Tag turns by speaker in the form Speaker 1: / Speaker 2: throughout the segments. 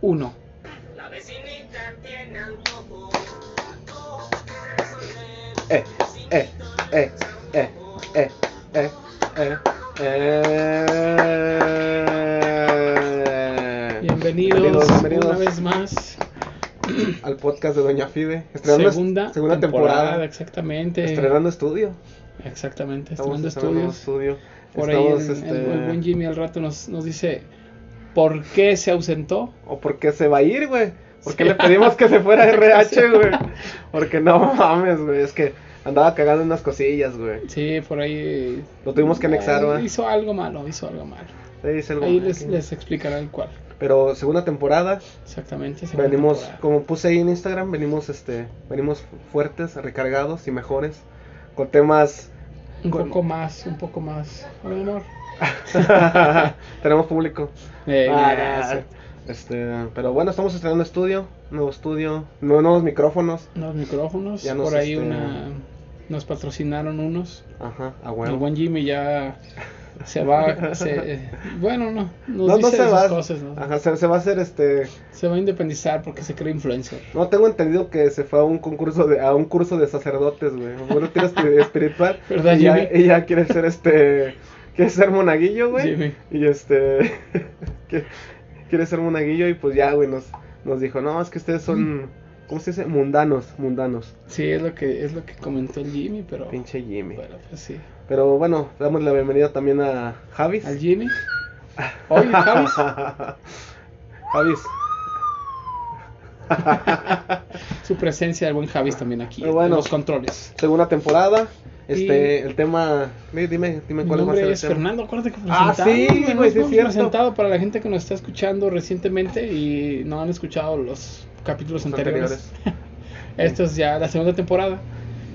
Speaker 1: 1.
Speaker 2: La vecinita tiene antojo.
Speaker 1: Eh, eh, eh, eh, eh, eh, eh, eh.
Speaker 3: Bienvenidos,
Speaker 1: bienvenidos,
Speaker 3: una
Speaker 1: bienvenidos
Speaker 3: vez más.
Speaker 1: al podcast de Doña Fide.
Speaker 3: Segunda,
Speaker 1: segunda temporada.
Speaker 3: Exactamente.
Speaker 1: Estrenando estudio.
Speaker 3: Exactamente,
Speaker 1: Estamos
Speaker 3: estrenando
Speaker 1: estrenando
Speaker 3: estudios.
Speaker 1: estudio.
Speaker 3: Por ahí el-
Speaker 1: Estamos,
Speaker 3: el,
Speaker 1: este,
Speaker 3: el buen Jimmy al rato nos, nos dice por qué se ausentó.
Speaker 1: ¿O por qué se va a ir, güey? ¿Por qué
Speaker 3: Sí.
Speaker 1: le pedimos que se fuera RH, güey? Porque no mames, güey. Es que andaba cagando unas cosillas, güey.
Speaker 3: Sí, por ahí.
Speaker 1: Lo tuvimos que anexar,
Speaker 3: eh,
Speaker 1: ¿va?
Speaker 3: Hizo algo malo, hizo algo malo.
Speaker 1: Ahí dice algo
Speaker 3: Ahí
Speaker 1: mal
Speaker 3: les,
Speaker 1: aquí.
Speaker 3: les explicará el cual.
Speaker 1: Pero segunda temporada,
Speaker 3: Exactamente. segunda
Speaker 1: venimos,
Speaker 3: temporada.
Speaker 1: como puse ahí en Instagram, venimos este, venimos fuertes, recargados y mejores, con temas
Speaker 3: un
Speaker 1: con-
Speaker 3: poco más, un poco más. A lo mejor.
Speaker 1: tenemos público.
Speaker 3: Eh,
Speaker 1: Ah,
Speaker 3: nah, sí.
Speaker 1: este, pero bueno, estamos estrenando estudio, nuevo estudio, nuevos, nuevos micrófonos.
Speaker 3: Unos micrófonos.
Speaker 1: Ya nos,
Speaker 3: por ahí
Speaker 1: este,
Speaker 3: una. Nos patrocinaron unos.
Speaker 1: Ajá, a
Speaker 3: El
Speaker 1: huevo.
Speaker 3: buen Jimmy ya se va. se- bueno, no. Nos
Speaker 1: No, no
Speaker 3: dice
Speaker 1: se
Speaker 3: sus
Speaker 1: va. Ah.
Speaker 3: cosas, ¿no?
Speaker 1: Ajá, se, se va a hacer este.
Speaker 3: Se va a independizar porque se cree influencer.
Speaker 1: No tengo entendido que se fue a un concurso de, a un curso de sacerdotes, güey. Bueno, tira espi- espiritual.
Speaker 3: ¿Verdad,
Speaker 1: y ya,
Speaker 3: Jimmy?
Speaker 1: y ya quiere ser este. Quiere ser monaguillo, güey.
Speaker 3: Jimmy.
Speaker 1: Y este. que- quiere ser monaguillo y pues ya, güey, nos, nos dijo, no, es que ustedes son. ¿Cómo se dice? Mundanos, mundanos.
Speaker 3: Sí, es lo que es lo que comentó el Jimmy, pero
Speaker 1: Pinche Jimmy.
Speaker 3: bueno, pues sí.
Speaker 1: Pero bueno, damos la bienvenida también a Javis.
Speaker 3: Al Jimmy. Oye, Javis,
Speaker 1: Javis.
Speaker 3: su presencia del buen Javis también aquí.
Speaker 1: Pero bueno.
Speaker 3: en los controles.
Speaker 1: Segunda temporada. Este,
Speaker 3: Y-
Speaker 1: el tema. Dime, dime, dime
Speaker 3: Mi
Speaker 1: cuál va a ser
Speaker 3: nombre
Speaker 1: el
Speaker 3: es
Speaker 1: tema.
Speaker 3: Fernando, acuérdate que
Speaker 1: Ah,
Speaker 3: presentamos,
Speaker 1: sí,
Speaker 3: güey,
Speaker 1: güey,
Speaker 3: nos
Speaker 1: sí es
Speaker 3: hemos
Speaker 1: cierto.
Speaker 3: presentado para la gente que nos está escuchando recientemente y no han escuchado los capítulos
Speaker 1: Los
Speaker 3: anteriores. Esta es ya la segunda temporada.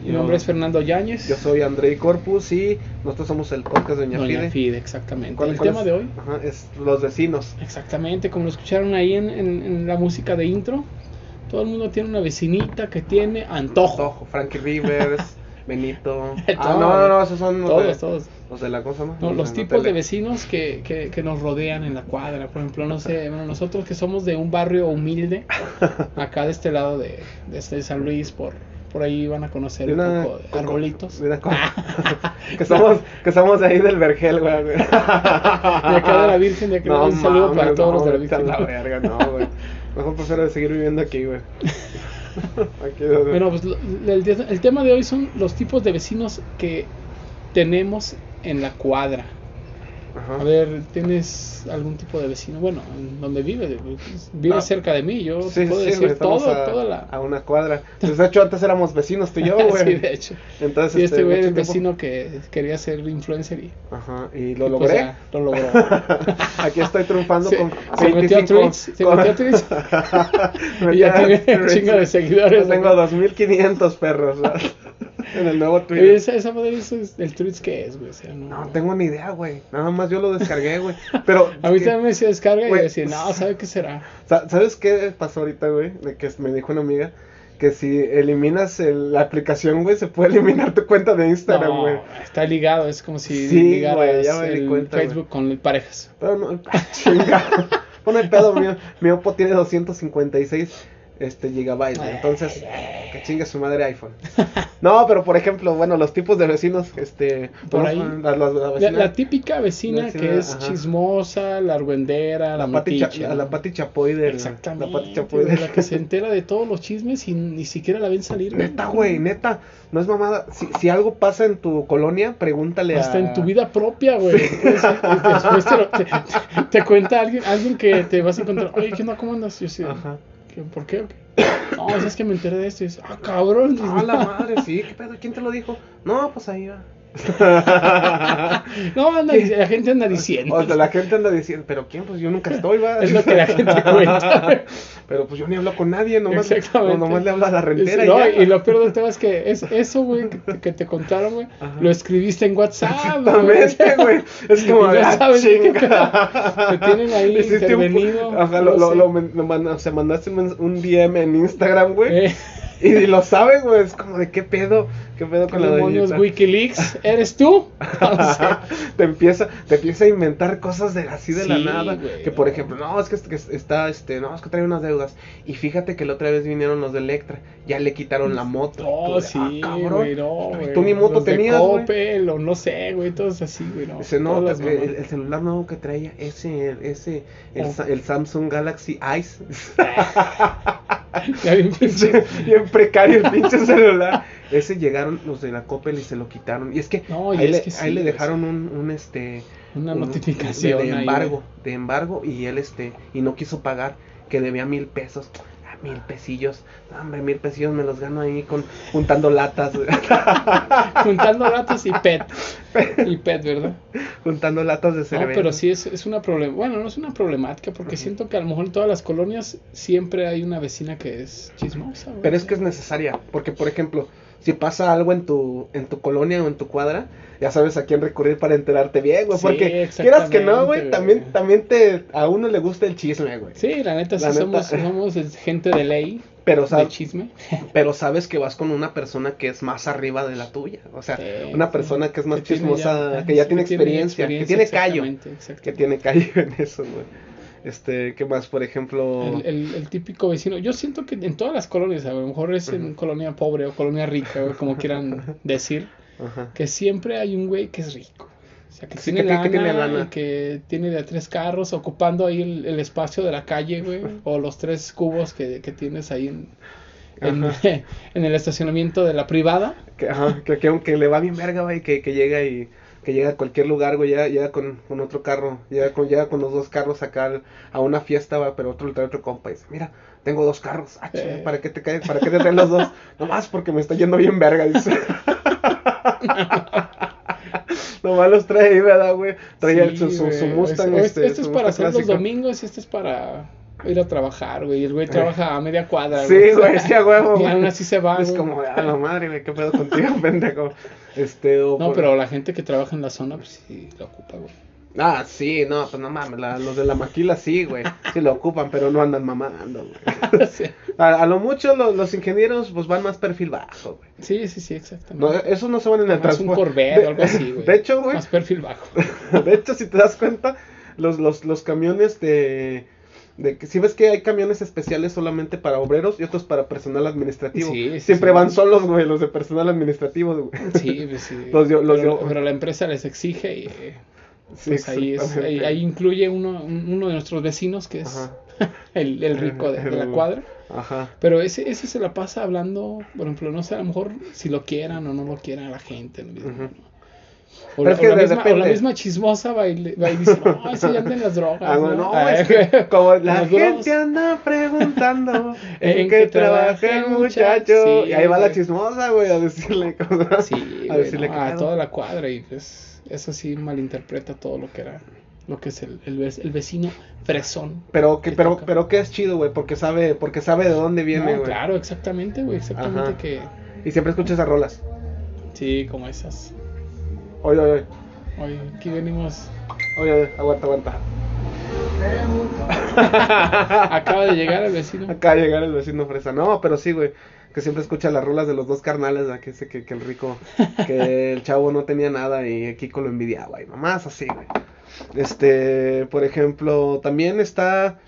Speaker 3: Mi
Speaker 1: Yo-
Speaker 3: nombre es Fernando Yáñez.
Speaker 1: Yo soy Andrei Corpus y nosotros somos el podcast de Doña,
Speaker 3: Doña
Speaker 1: Fide.
Speaker 3: Fide, exactamente.
Speaker 1: ¿Cuál-
Speaker 3: el
Speaker 1: cuál
Speaker 3: tema
Speaker 1: es?
Speaker 3: de hoy,
Speaker 1: Ajá, es los vecinos.
Speaker 3: exactamente, como lo escucharon ahí en, en- en la música de intro, todo el mundo tiene una vecinita que tiene antojo.
Speaker 1: Ojo, Frankie Rivers, Benito. Ah,
Speaker 3: Todo.
Speaker 1: no, no, no, esos son los,
Speaker 3: Todos,
Speaker 1: de,
Speaker 3: todos.
Speaker 1: los de la cosa, ¿no?
Speaker 3: No, los
Speaker 1: de la
Speaker 3: tipos de
Speaker 1: tele.
Speaker 3: vecinos que, que- que nos rodean en la cuadra. Por ejemplo, no sé, bueno, nosotros que somos de un barrio humilde, acá de este lado de, de este San Luis, por, por ahí van a conocer
Speaker 1: De
Speaker 3: un
Speaker 1: una-
Speaker 3: poco de arbolitos. Ah.
Speaker 1: de una co- que, somos, que somos de ahí del Vergel, güey. De
Speaker 3: acá de la Virgen, de acá. Un saludo para todos los de la Virgen.
Speaker 1: la verga, no, güey. Mejor prefiero seguir viviendo aquí, güey. Aquí, güey.
Speaker 3: Bueno, pues lo- el, de- el tema de hoy son los tipos de vecinos que tenemos en la cuadra.
Speaker 1: Ajá.
Speaker 3: A ver, ¿tienes algún tipo de vecino? Bueno, en donde vives, vives
Speaker 1: No.
Speaker 3: pues, cerca de mí, yo
Speaker 1: Ah, Sí,
Speaker 3: te
Speaker 1: sí,
Speaker 3: puedo
Speaker 1: sí,
Speaker 3: decir
Speaker 1: güey, estamos
Speaker 3: todo,
Speaker 1: a,
Speaker 3: toda la...
Speaker 1: a una cuadra. Pues, de hecho, antes éramos vecinos tú y yo, güey.
Speaker 3: Sí, de hecho.
Speaker 1: Entonces,
Speaker 3: Y este güey
Speaker 1: mucho
Speaker 3: era el
Speaker 1: tiempo-
Speaker 3: vecino que quería ser influencer y
Speaker 1: Ajá, y lo
Speaker 3: y pues
Speaker 1: logré.
Speaker 3: ya, lo logró.
Speaker 1: Aquí estoy triunfando
Speaker 3: Se-
Speaker 1: con
Speaker 3: se metió a Twitch, se
Speaker 1: con-
Speaker 3: metió a Twitch.
Speaker 1: Me
Speaker 3: y ya
Speaker 1: metí a
Speaker 3: tiene un
Speaker 1: Twitch.
Speaker 3: chingo de seguidores.
Speaker 1: Yo tengo 2500 perros ¿verdad? en el nuevo
Speaker 3: Oye,
Speaker 1: Twitter.
Speaker 3: esa, esa madre eso es el Twitch que es, güey. O sea, no.
Speaker 1: No tengo ni idea, güey. Nada más yo lo descargué, güey. Pero
Speaker 3: A mí también me decía descarga y yo
Speaker 1: Güey. pues,
Speaker 3: decía, no, ¿sabe qué será?
Speaker 1: Sa- ¿Sabes qué pasó ahorita, güey? De que me dijo una amiga que si eliminas el- la aplicación, güey, se puede eliminar tu cuenta de Instagram,
Speaker 3: No,
Speaker 1: güey.
Speaker 3: está ligado, es como si
Speaker 1: Sí,
Speaker 3: ligaras
Speaker 1: güey, ya me di
Speaker 3: el
Speaker 1: cuenta, güey.
Speaker 3: Facebook con parejas.
Speaker 1: Pero no, chinga. Pone el pedo mío. Mi Oppo tiene 256 este, gigabytes. güey. Entonces, que chingue su madre iPhone. No, pero por ejemplo, bueno, los tipos de vecinos, este.
Speaker 3: Por
Speaker 1: bueno,
Speaker 3: ahí.
Speaker 1: La, la- la
Speaker 3: La,
Speaker 1: vecina-
Speaker 3: la típica vecina,
Speaker 1: vecina,
Speaker 3: que es
Speaker 1: ajá.
Speaker 3: chismosa, la argüendera, la,
Speaker 1: la Pati, Cha-
Speaker 3: metiche,
Speaker 1: la-
Speaker 3: ¿no?
Speaker 1: la Pati Chapoy del.
Speaker 3: Exactamente.
Speaker 1: La Pati Chapoy del.
Speaker 3: la que se entera de todos los chismes y ni siquiera la ven salir. güey.
Speaker 1: Neta, güey, neta. No es mamada. Si, si algo pasa en tu colonia, pregúntale
Speaker 3: Hasta
Speaker 1: a.
Speaker 3: en tu vida propia, güey. Puede ser que Después te, lo- te- te- te cuenta alguien, alguien que te vas a encontrar. Oye, ¿qué onda? ¿Cómo andas? Yo sí.
Speaker 1: Ajá.
Speaker 3: "¿Qué? ¿Por qué? ¿O qué?". No, es que me enteré de esto. Y dices, ah, cabrón.
Speaker 1: Ah, la madre, sí, qué pedo, ¿quién te lo dijo? No, pues ahí va.
Speaker 3: No, anda- la gente anda diciendo.
Speaker 1: O sea, la gente anda diciendo, pero quién, pues yo nunca estoy, va.
Speaker 3: Es lo que la gente cuenta.
Speaker 1: pero pues yo ni hablo con nadie, nomás,
Speaker 3: Exactamente.
Speaker 1: nomás le hablo a la rentera.
Speaker 3: Es- no,
Speaker 1: ya.
Speaker 3: y lo peor del tema es que es eso, güey, que, que te contaron, güey,
Speaker 1: Ajá.
Speaker 3: lo escribiste en WhatsApp,
Speaker 1: Exactamente, güey. Es como,
Speaker 3: Y ya
Speaker 1: ah,
Speaker 3: sabes de qué
Speaker 1: chinga.
Speaker 3: Te tienen ahí
Speaker 1: Hiciste un pu-
Speaker 3: intervenido,
Speaker 1: Ajá,
Speaker 3: no
Speaker 1: lo, lo,
Speaker 3: sé.
Speaker 1: lo men- lo man- o sea, mandaste un, mens- un DM en Instagram, güey.
Speaker 3: Eh,
Speaker 1: Y, y lo sabe, güey. Es como de qué pedo. ¿Qué pedo
Speaker 3: ¿Qué
Speaker 1: con la
Speaker 3: demonios
Speaker 1: doñita?
Speaker 3: Wikileaks? ¿Eres tú? No sé.
Speaker 1: te empieza te empieza a inventar cosas de así de la
Speaker 3: Sí,
Speaker 1: nada
Speaker 3: güey,
Speaker 1: que por
Speaker 3: no.
Speaker 1: ejemplo no es que, que está este no es que trae unas deudas y fíjate que la otra vez vinieron los de Electra ya le quitaron la moto Tú
Speaker 3: No,
Speaker 1: de,
Speaker 3: Oh, sí,
Speaker 1: "Ah,
Speaker 3: güey, no,
Speaker 1: Y
Speaker 3: güey.
Speaker 1: tú ni moto
Speaker 3: Los de
Speaker 1: tenías, güey.
Speaker 3: Coppel, o no sé, güey, todos así, güey, no.
Speaker 1: Dice, no,
Speaker 3: todas las
Speaker 1: el, el-
Speaker 3: mamás.
Speaker 1: el celular nuevo que traía, ese, ese, el,
Speaker 3: Oh.
Speaker 1: Sa- el Samsung Galaxy Ice.
Speaker 3: Ya bien pinche.
Speaker 1: Bien precario el pinche celular. Ese llegaron los de la Coppel y se lo quitaron. Y es que
Speaker 3: No, y
Speaker 1: ahí,
Speaker 3: es
Speaker 1: le,
Speaker 3: que sí,
Speaker 1: ahí le
Speaker 3: güey.
Speaker 1: dejaron un, un, este,
Speaker 3: Una
Speaker 1: un-
Speaker 3: notificación.
Speaker 1: de, de
Speaker 3: ahí, ¿eh?
Speaker 1: embargo, de embargo y él este y no quiso pagar que debía mil pesos. Ah, mil pesillos, No, hombre, mil pesillos me los gano ahí con juntando latas, güey.
Speaker 3: güey. Juntando ratos y pet. Y pet, ¿verdad?
Speaker 1: juntando latas de
Speaker 3: No,
Speaker 1: cerveza.
Speaker 3: pero sí es, es una problema. Bueno, no es una problemática porque
Speaker 1: Ujú.
Speaker 3: siento que a lo mejor en todas las colonias siempre hay una vecina que es chismosa. güey.
Speaker 1: Pero es que es necesaria, porque por ejemplo, si pasa algo en tu, en tu colonia o en tu cuadra, ya sabes a quién recurrir para enterarte bien, güey.
Speaker 3: Sí,
Speaker 1: porque quieras que no, güey,
Speaker 3: exactamente,
Speaker 1: también,
Speaker 3: güey.
Speaker 1: también te, a uno le gusta el chisme, güey.
Speaker 3: Sí, la neta,
Speaker 1: La
Speaker 3: sí
Speaker 1: neta.
Speaker 3: Somos, somos gente de ley,
Speaker 1: Pero,
Speaker 3: de
Speaker 1: sabes,
Speaker 3: chisme.
Speaker 1: pero sabes que vas con una persona que es más arriba de la tuya. O sea,
Speaker 3: Sí,
Speaker 1: una
Speaker 3: sí.
Speaker 1: persona que es más
Speaker 3: tiene
Speaker 1: chismosa,
Speaker 3: ajá,
Speaker 1: que ya
Speaker 3: sí,
Speaker 1: tiene experiencia, que tiene callo.
Speaker 3: exactamente, exactamente.
Speaker 1: Que tiene callo en eso, güey. Este, ¿qué más? Por ejemplo...
Speaker 3: El, el- el típico vecino. Yo siento que en todas las colonias, a lo mejor es en
Speaker 1: Ujú.
Speaker 3: colonia pobre o colonia rica, o como quieran decir,
Speaker 1: Ajá.
Speaker 3: que siempre hay un güey que es rico. O sea, que,
Speaker 1: Sí,
Speaker 3: tiene,
Speaker 1: que
Speaker 3: lana
Speaker 1: cree que tiene lana.
Speaker 3: y que tiene de a tres carros ocupando ahí el, el espacio de la calle, güey, o los tres cubos que, que tienes ahí en, en- en el estacionamiento de la privada.
Speaker 1: Que, ajá, que, que aunque le va bien verga, güey, que, que llega y que llega a cualquier lugar, güey, llega, llega con, con otro carro, llega con, llega con los dos carros acá al- a una fiesta, va, pero otro le trae otro compa y dice, mira, tengo dos carros, ah, chinga,
Speaker 3: Eh.
Speaker 1: ¿para qué te caes? ¿Para qué te traen los dos? Nomás porque me está yendo bien verga, dice. Nomás los trae ahí, ¿verdad, güey? Traía el-
Speaker 3: Sí,
Speaker 1: su, su, su
Speaker 3: güey,
Speaker 1: Mustang,
Speaker 3: es-
Speaker 1: este,
Speaker 3: este es
Speaker 1: su
Speaker 3: para hacer
Speaker 1: Mustang
Speaker 3: los
Speaker 1: clásico. Eh.
Speaker 3: domingos y este es para ir a trabajar, güey. y El güey trabaja a media cuadra.
Speaker 1: Sí, güey, sí, a huevo,
Speaker 3: Y
Speaker 1: güey.
Speaker 3: aún así se va,
Speaker 1: Es
Speaker 3: güey.
Speaker 1: como, a la madre, güey, qué pedo contigo, pendejo. Este, o
Speaker 3: No,
Speaker 1: por-
Speaker 3: pero la gente que trabaja en la zona, pues sí la ocupa, güey.
Speaker 1: Ah, sí, no, pues no mames, la- los de la maquila sí, güey, sí lo ocupan, pero no andan mamando, güey.
Speaker 3: Sí.
Speaker 1: A, a lo mucho lo- los ingenieros pues van más perfil bajo, güey.
Speaker 3: Sí, sí, sí, exactamente.
Speaker 1: No, esos no se van en el
Speaker 3: Más un
Speaker 1: transporte.
Speaker 3: Corvette o algo así, güey.
Speaker 1: De hecho, güey,
Speaker 3: Más perfil bajo.
Speaker 1: de hecho, si te das cuenta, los, los, los camiones de... de que, si ves que hay camiones especiales solamente para obreros y otros para personal administrativo.
Speaker 3: Sí, sí,
Speaker 1: Siempre
Speaker 3: sí.
Speaker 1: van solos, güey, los de personal administrativo, güey.
Speaker 3: Sí, pues sí.
Speaker 1: Los dio- los
Speaker 3: pero,
Speaker 1: dio-
Speaker 3: pero la empresa les exige y eh,
Speaker 1: Sí,
Speaker 3: pues ahí, es, ahí,
Speaker 1: exactamente.
Speaker 3: ahí incluye uno, un- uno de nuestros vecinos que es
Speaker 1: Ajá,
Speaker 3: el, el rico de, de la
Speaker 1: El-
Speaker 3: cuadra.
Speaker 1: ajá.
Speaker 3: Pero ese, ese se la pasa hablando, por ejemplo, no sé, a lo mejor si lo quieran o no lo quieran la gente. ¿no?
Speaker 1: Ujú.
Speaker 3: O,
Speaker 1: Pero
Speaker 3: la,
Speaker 1: es que
Speaker 3: o la
Speaker 1: de
Speaker 3: misma, o la
Speaker 1: repente-
Speaker 3: misma chismosa va y, le- va y dice, no, ese ya anda en las drogas.
Speaker 1: Ah,
Speaker 3: ¿no?
Speaker 1: bueno, no,
Speaker 3: Ah,
Speaker 1: es que
Speaker 3: güey.
Speaker 1: como la
Speaker 3: Las drogas.
Speaker 1: gente anda preguntando
Speaker 3: ¿En
Speaker 1: en
Speaker 3: qué
Speaker 1: qué trabaja el
Speaker 3: trabaja el
Speaker 1: muchacho.
Speaker 3: muchacho?
Speaker 1: y ahí va la
Speaker 3: Sí, güey.
Speaker 1: chismosa, güey, a decirle cosas.
Speaker 3: Sí,
Speaker 1: a
Speaker 3: güey,
Speaker 1: decirle
Speaker 3: no,
Speaker 1: que
Speaker 3: a
Speaker 1: pedo.
Speaker 3: toda la cuadra y pues eso sí malinterpreta todo lo que era, lo que es el, el, ve- el vecino fresón.
Speaker 1: Pero que,
Speaker 3: que
Speaker 1: pero,
Speaker 3: toca.
Speaker 1: pero que es chido, güey, porque sabe, porque sabe de dónde viene,
Speaker 3: No,
Speaker 1: güey.
Speaker 3: claro, exactamente, güey, exactamente
Speaker 1: Ajá.
Speaker 3: que...
Speaker 1: Y siempre escucha esas rolas.
Speaker 3: Sí, como esas.
Speaker 1: Oye, oye, oye.
Speaker 3: Oye, aquí venimos...
Speaker 1: Oye, oye, aguanta, aguanta.
Speaker 3: Acaba de llegar el vecino.
Speaker 1: Acaba de llegar el vecino fresa. No, pero sí, güey. Que siempre escucha las rolas de los dos carnales, ¿verdad? que dice que, que el rico, que el chavo no tenía nada y Kiko lo envidiaba y mamás así, güey. Este, por ejemplo, también está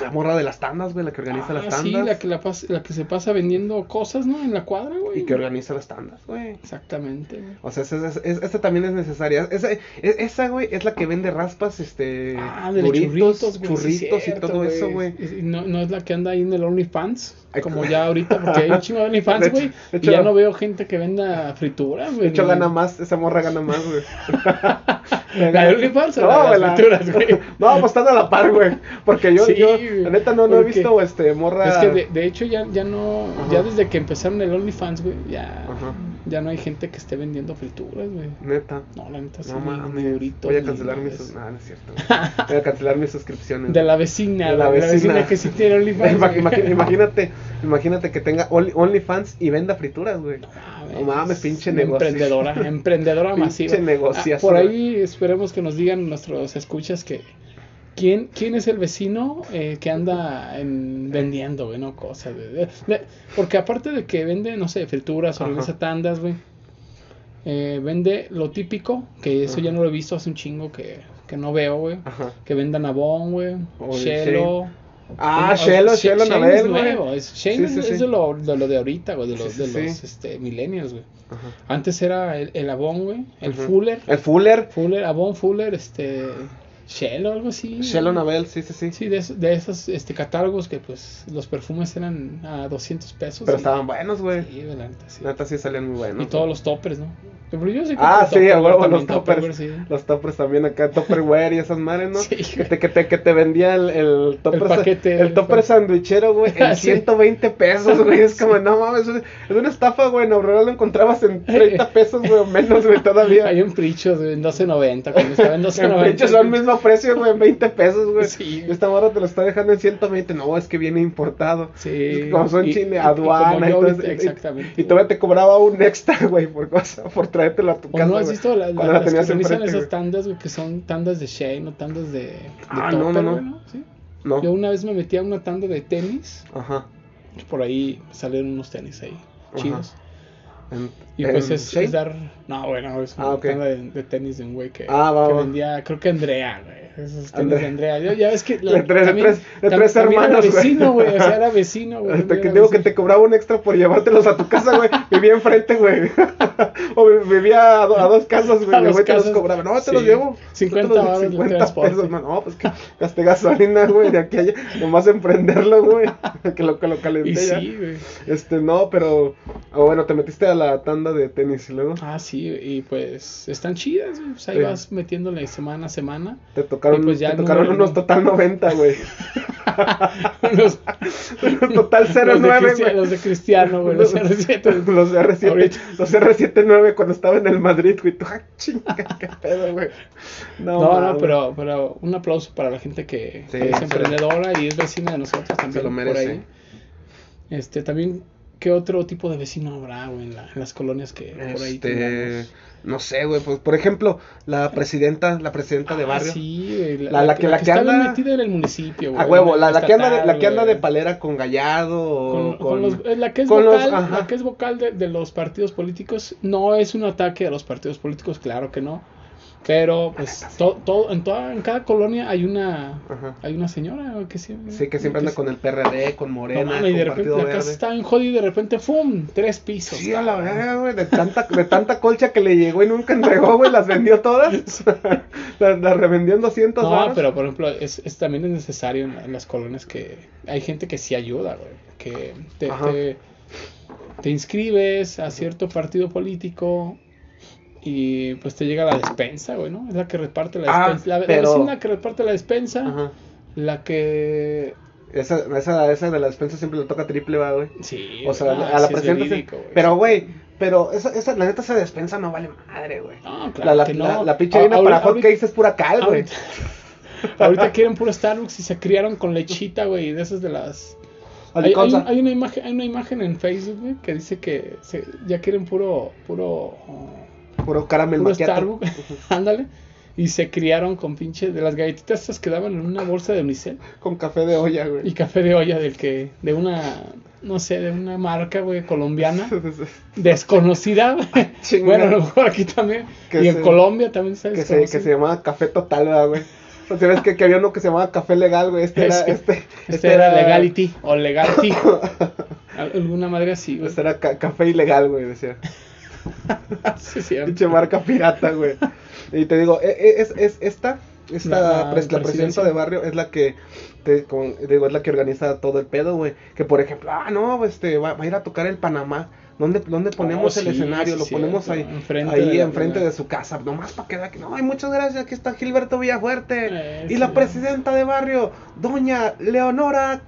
Speaker 1: la morra de las tandas, güey, la que organiza las
Speaker 3: Ah,
Speaker 1: tandas.
Speaker 3: Sí, la que, la, pas- la que se pasa vendiendo cosas, ¿no? En la cuadra, güey.
Speaker 1: Y que organiza las tandas, güey.
Speaker 3: Exactamente, güey.
Speaker 1: O sea, esa, esa- esa- esa también es necesaria. Esa, e- esa, güey, es la que vende raspas, este,
Speaker 3: Ah, de los
Speaker 1: duritos,
Speaker 3: churritos, güey, sí es
Speaker 1: churritos y
Speaker 3: cierto,
Speaker 1: todo eso, güey.
Speaker 3: Y- y No, no es la que anda ahí en el OnlyFans,
Speaker 1: Ay,
Speaker 3: como
Speaker 1: güey.
Speaker 3: ya ahorita, porque hay un chingo de
Speaker 1: De
Speaker 3: OnlyFans,
Speaker 1: hecho-
Speaker 3: güey.
Speaker 1: de
Speaker 3: Y
Speaker 1: hecho-
Speaker 3: ya no veo gente que venda frituras, güey.
Speaker 1: De hecho,
Speaker 3: ni-
Speaker 1: gana más, esa morra gana más, güey.
Speaker 3: ¿La de OnlyFans o la de
Speaker 1: güey,
Speaker 3: las frituras, güey?
Speaker 1: No, pues están a la par, güey. Porque yo,
Speaker 3: Sí,
Speaker 1: yo
Speaker 3: güey.
Speaker 1: la neta, no, no he
Speaker 3: Porque-
Speaker 1: visto, este, morra.
Speaker 3: Es que de, de hecho ya, ya no,
Speaker 1: Ajá.
Speaker 3: ya desde que empezaron el OnlyFans, güey, ya,
Speaker 1: Ajá.
Speaker 3: ya no hay gente que esté vendiendo frituras, güey.
Speaker 1: Neta.
Speaker 3: No, la neta, Pues sí,
Speaker 1: No
Speaker 3: ni-
Speaker 1: mames.
Speaker 3: ni duritos,
Speaker 1: Voy a
Speaker 3: ni
Speaker 1: cancelar
Speaker 3: nada
Speaker 1: mis.
Speaker 3: de eso.
Speaker 1: sus- nah, no es cierto. güey. Voy a cancelar mis suscripciones.
Speaker 3: De la vecina,
Speaker 1: De la
Speaker 3: güey, la vecina,
Speaker 1: vecina.
Speaker 3: que sí tiene OnlyFans.
Speaker 1: Ima-
Speaker 3: güey.
Speaker 1: imagi- Imagínate, imagínate que tenga Only- OnlyFans y venda frituras, güey. No mames, pinche
Speaker 3: una
Speaker 1: negocio.
Speaker 3: Emprendedora, emprendedora
Speaker 1: Pinche
Speaker 3: masiva. Ah,
Speaker 1: negociazo,
Speaker 3: por
Speaker 1: güey.
Speaker 3: ahí esperemos que nos digan nuestros escuchas que, ¿Quién, ¿Quién es el vecino eh, que anda en- vendiendo, güey? No, cosas, güey. De- de- porque aparte de que vende, no sé, frituras,
Speaker 1: Ajá.
Speaker 3: organiza tandas, güey. eh, vende lo típico, que eso ya
Speaker 1: Ajá.
Speaker 3: no lo he visto hace un chingo que, que no veo, güey.
Speaker 1: Ajá.
Speaker 3: Que vendan abón, güey.
Speaker 1: O el
Speaker 3: Shelo.
Speaker 1: Ah,
Speaker 3: No,
Speaker 1: Shelo,
Speaker 3: Sh-
Speaker 1: Shelo
Speaker 3: Shane
Speaker 1: Anabel,
Speaker 3: es
Speaker 1: güey.
Speaker 3: nuevo, es- Shane
Speaker 1: Sí,
Speaker 3: es,
Speaker 1: sí,
Speaker 3: es
Speaker 1: sí.
Speaker 3: de, lo, de lo de ahorita, güey, de los,
Speaker 1: Sí, sí,
Speaker 3: de los
Speaker 1: sí.
Speaker 3: este, millennials, güey.
Speaker 1: Ajá.
Speaker 3: Antes era el, el abón, güey, el
Speaker 1: Ujú.
Speaker 3: fuller,
Speaker 1: El Fuller.
Speaker 3: fuller, abón, fuller, este, Shelo, algo así.
Speaker 1: Shelo Anabel, sí, sí, sí.
Speaker 3: Sí, de, es- de esos este, catálogos que pues los perfumes eran a 200 pesos.
Speaker 1: Pero
Speaker 3: y-
Speaker 1: estaban buenos, güey.
Speaker 3: pues Sí, de la neta, sí.
Speaker 1: Neta sí salían muy buenos.
Speaker 3: Y todos los toppers, ¿no? Pero yo sí
Speaker 1: Ah,
Speaker 3: compro
Speaker 1: sí,
Speaker 3: topper,
Speaker 1: a huevo,
Speaker 3: también
Speaker 1: los toppers.
Speaker 3: sí.
Speaker 1: Los toppers también acá, Topperware y esas madres, ¿no?
Speaker 3: Sí,
Speaker 1: que, te, que, te, que te vendía el, el topper. sa-
Speaker 3: paquete,
Speaker 1: el
Speaker 3: el
Speaker 1: topper
Speaker 3: pa-
Speaker 1: sandwichero, güey, en
Speaker 3: Sí.
Speaker 1: 120 pesos, güey. Es como, no mames, es es una estafa, güey. En Aurora lo encontrabas en 30 pesos, güey, o menos, güey, todavía.
Speaker 3: Hay un prichos, güey, en 12.90, cuando estaba en
Speaker 1: En
Speaker 3: 12.90.
Speaker 1: pinche son el mismo precio, güey, en 20 pesos, güey.
Speaker 3: Sí.
Speaker 1: Esta morra te lo está dejando en 120. No, es que viene importado.
Speaker 3: Sí.
Speaker 1: Es que como son
Speaker 3: Y- y
Speaker 1: Chile, aduana y,
Speaker 3: como yo
Speaker 1: todo
Speaker 3: ahorita,
Speaker 1: eso, y-
Speaker 3: exactamente,
Speaker 1: Y,
Speaker 3: güey.
Speaker 1: todavía te cobraba un extra, güey, por cosa, por traértelo a tu
Speaker 3: ¿O
Speaker 1: casa.
Speaker 3: no has
Speaker 1: güey,
Speaker 3: visto la, la-
Speaker 1: cuando
Speaker 3: las
Speaker 1: tenías
Speaker 3: que organizan
Speaker 1: enfrente,
Speaker 3: esas
Speaker 1: güey.
Speaker 3: tandas, güey, que son tandas de Shane o tandas de, de
Speaker 1: Ah, no, no, no.
Speaker 3: güey, Sí.
Speaker 1: No.
Speaker 3: Yo una vez me metí a una tanda de tenis,
Speaker 1: Ajá.
Speaker 3: por ahí salieron unos tenis ahí,
Speaker 1: Ajá.
Speaker 3: chidos.
Speaker 1: En-
Speaker 3: Y
Speaker 1: en
Speaker 3: pues es,
Speaker 1: Shane.
Speaker 3: es dar. No, bueno, es una
Speaker 1: Ah, ok.
Speaker 3: tanda de, de tenis de un güey que,
Speaker 1: Ah, va,
Speaker 3: que
Speaker 1: va.
Speaker 3: vendía, creo que Andrea, güey. Esos tenis de
Speaker 1: Andrea.
Speaker 3: Andrea. Ya, ya ves que.
Speaker 1: De tres- de tres- de
Speaker 3: tam-
Speaker 1: tres
Speaker 3: también
Speaker 1: hermanos, güey.
Speaker 3: Era vecino, güey. O sea, era vecino, güey.
Speaker 1: Hasta
Speaker 3: también
Speaker 1: que
Speaker 3: era
Speaker 1: digo que te
Speaker 3: vecino.
Speaker 1: cobraba un extra por llevártelos a tu casa, güey. Vivía enfrente, güey. o vi- vivía a, do- a dos casas,
Speaker 3: A
Speaker 1: güey. El
Speaker 3: dos
Speaker 1: güey te los
Speaker 3: casas.
Speaker 1: cobraba. No, te los
Speaker 3: Sí.
Speaker 1: llevo.
Speaker 3: 50
Speaker 1: Te los-
Speaker 3: varos de
Speaker 1: 50
Speaker 3: transporte.
Speaker 1: pesos, man. No, pues que gasté gasolina, güey. De aquí a allá. Nomás emprenderlo, güey. que lo, que lo calenté
Speaker 3: Y
Speaker 1: ya.
Speaker 3: sí, güey.
Speaker 1: Este, no, pero. ah, bueno, te metiste a la tanda de tenis y luego
Speaker 3: Ah, sí, y pues están chidas, güey. Pues ahí
Speaker 1: Sí.
Speaker 3: vas metiéndole semana a semana.
Speaker 1: te tocaron,
Speaker 3: Y pues ya
Speaker 1: te
Speaker 3: el
Speaker 1: tocaron
Speaker 3: número
Speaker 1: unos
Speaker 3: uno.
Speaker 1: total 90, güey.
Speaker 3: Los,
Speaker 1: total 09,
Speaker 3: los, de Cristi-
Speaker 1: güey.
Speaker 3: los de Cristiano, güey. Los R7.
Speaker 1: Los R7,
Speaker 3: Ahorita.
Speaker 1: los R79 cuando estaba en el Madrid, güey. Tú, ah, chinga, qué pedo, güey.
Speaker 3: No, no,
Speaker 1: mames.
Speaker 3: pero, pero un aplauso para la gente que,
Speaker 1: Sí,
Speaker 3: que es
Speaker 1: se-
Speaker 3: emprendedora y es vecina de nosotros también.
Speaker 1: lo merece.
Speaker 3: Por ahí. Este, también, ¿qué otro tipo de vecino habrá, güey, en, la- en las colonias que por ahí
Speaker 1: Este,
Speaker 3: tengamos?
Speaker 1: no sé, güey. Pues, por ejemplo, la presidenta, la presidenta de
Speaker 3: Ah,
Speaker 1: barrio.
Speaker 3: sí, güey,
Speaker 1: La- la que- la que
Speaker 3: está bien
Speaker 1: anda-
Speaker 3: metida en el municipio, güey.
Speaker 1: A huevo, la, la que anda de,
Speaker 3: estatal,
Speaker 1: la que anda de
Speaker 3: güey.
Speaker 1: palera con Gallardo o
Speaker 3: con, con los- eh, la que es
Speaker 1: con los-
Speaker 3: vocal,
Speaker 1: ajá.
Speaker 3: la que es vocal de, de los partidos políticos no es un ataque a los partidos políticos, claro que no. Pero pues to- todo en toda en cada colonia hay una
Speaker 1: Ajá.
Speaker 3: hay una señora güey, que siempre
Speaker 1: Sí, que siempre anda con el PRD, con Morena,
Speaker 3: no, mames,
Speaker 1: con
Speaker 3: y de repente
Speaker 1: Partido
Speaker 3: la casa
Speaker 1: Verde.
Speaker 3: está en jodida y de repente ¡fum! tres pisos.
Speaker 1: Sí, a la verga, güey, de tanta, de tanta colcha que le llegó y nunca entregó, güey, las vendió todas. las, las revendió en 200
Speaker 3: No,
Speaker 1: varos.
Speaker 3: pero por ejemplo, es, es- también es necesario en, en las colonias que hay gente que sí ayuda, güey, que te,
Speaker 1: Ajá.
Speaker 3: te, te inscribes a cierto partido político y pues te llega la despensa, güey, ¿no? Es la que reparte la
Speaker 1: Ah,
Speaker 3: despensa, la, la
Speaker 1: pero-
Speaker 3: vecina que reparte la despensa,
Speaker 1: Ajá.
Speaker 3: la que...
Speaker 1: Esa, esa, esa de la despensa siempre le toca triple, va, güey.
Speaker 3: Sí,
Speaker 1: O sea,
Speaker 3: güey,
Speaker 1: a
Speaker 3: ah,
Speaker 1: la
Speaker 3: sí es
Speaker 1: presidenta. sí.
Speaker 3: verídico, güey.
Speaker 1: Pero, güey, pero esa, esa, la neta, esa despensa no vale madre, güey.
Speaker 3: No, claro
Speaker 1: La, la,
Speaker 3: que no.
Speaker 1: la, la pinche
Speaker 3: Ah,
Speaker 1: harina
Speaker 3: ahorita-
Speaker 1: para hot cakes es pura cal, güey.
Speaker 3: Ahorita, ahorita quieren puro Starbucks y se criaron con lechita, güey, de esas de las... Hay, hay-
Speaker 1: Aliconza.
Speaker 3: hay una imagen, hay una imagen en Facebook güey, que dice que se- ya quieren puro, puro, uh,
Speaker 1: Puro caramel
Speaker 3: puro
Speaker 1: maquiato.
Speaker 3: Starbucks, ándale, y se criaron con pinche de las galletitas estas que daban en una bolsa de unicel
Speaker 1: Con café de olla,
Speaker 3: y
Speaker 1: güey.
Speaker 3: café de olla del que, de una, no sé, de una marca güey colombiana desconocida, güey.
Speaker 1: Ah, chinga.
Speaker 3: bueno, a lo mejor aquí también
Speaker 1: Que
Speaker 3: y en
Speaker 1: se-
Speaker 3: Colombia también está
Speaker 1: que, se, que se
Speaker 3: desconocida.
Speaker 1: llamaba Café Total, ¿verdad, güey? O sea, ves que, que había uno que se llamaba Café Legal, güey. Este era.
Speaker 3: Ese.
Speaker 1: Este,
Speaker 3: Este, era legality o legality, alguna madre así, güey.
Speaker 1: Este era ca- Café Ilegal, güey, decía.
Speaker 3: Sí, es cierto.
Speaker 1: Pinche marca pirata, güey. Y te digo, e- e- es, es esta,
Speaker 3: La-
Speaker 1: esta
Speaker 3: la
Speaker 1: pres- la,
Speaker 3: presidencia.
Speaker 1: presidenta de barrio es la que te, con- digo, es la que organiza todo el pedo, güey. Que por ejemplo, ah, no, este, va, va a ir a tocar el Panamá. ¿Dónde, dónde ponemos
Speaker 3: Oh,
Speaker 1: el
Speaker 3: sí,
Speaker 1: escenario?
Speaker 3: sí,
Speaker 1: Lo
Speaker 3: sí,
Speaker 1: ponemos ahí,
Speaker 3: cierto. Enfrente
Speaker 1: ahí
Speaker 3: de la-
Speaker 1: enfrente de su casa. Nomás para quedar aquí. No, ay, muchas gracias. Aquí está Gilberto Villafuerte.
Speaker 3: Eh,
Speaker 1: y la
Speaker 3: sí.
Speaker 1: presidenta de barrio, doña Leonora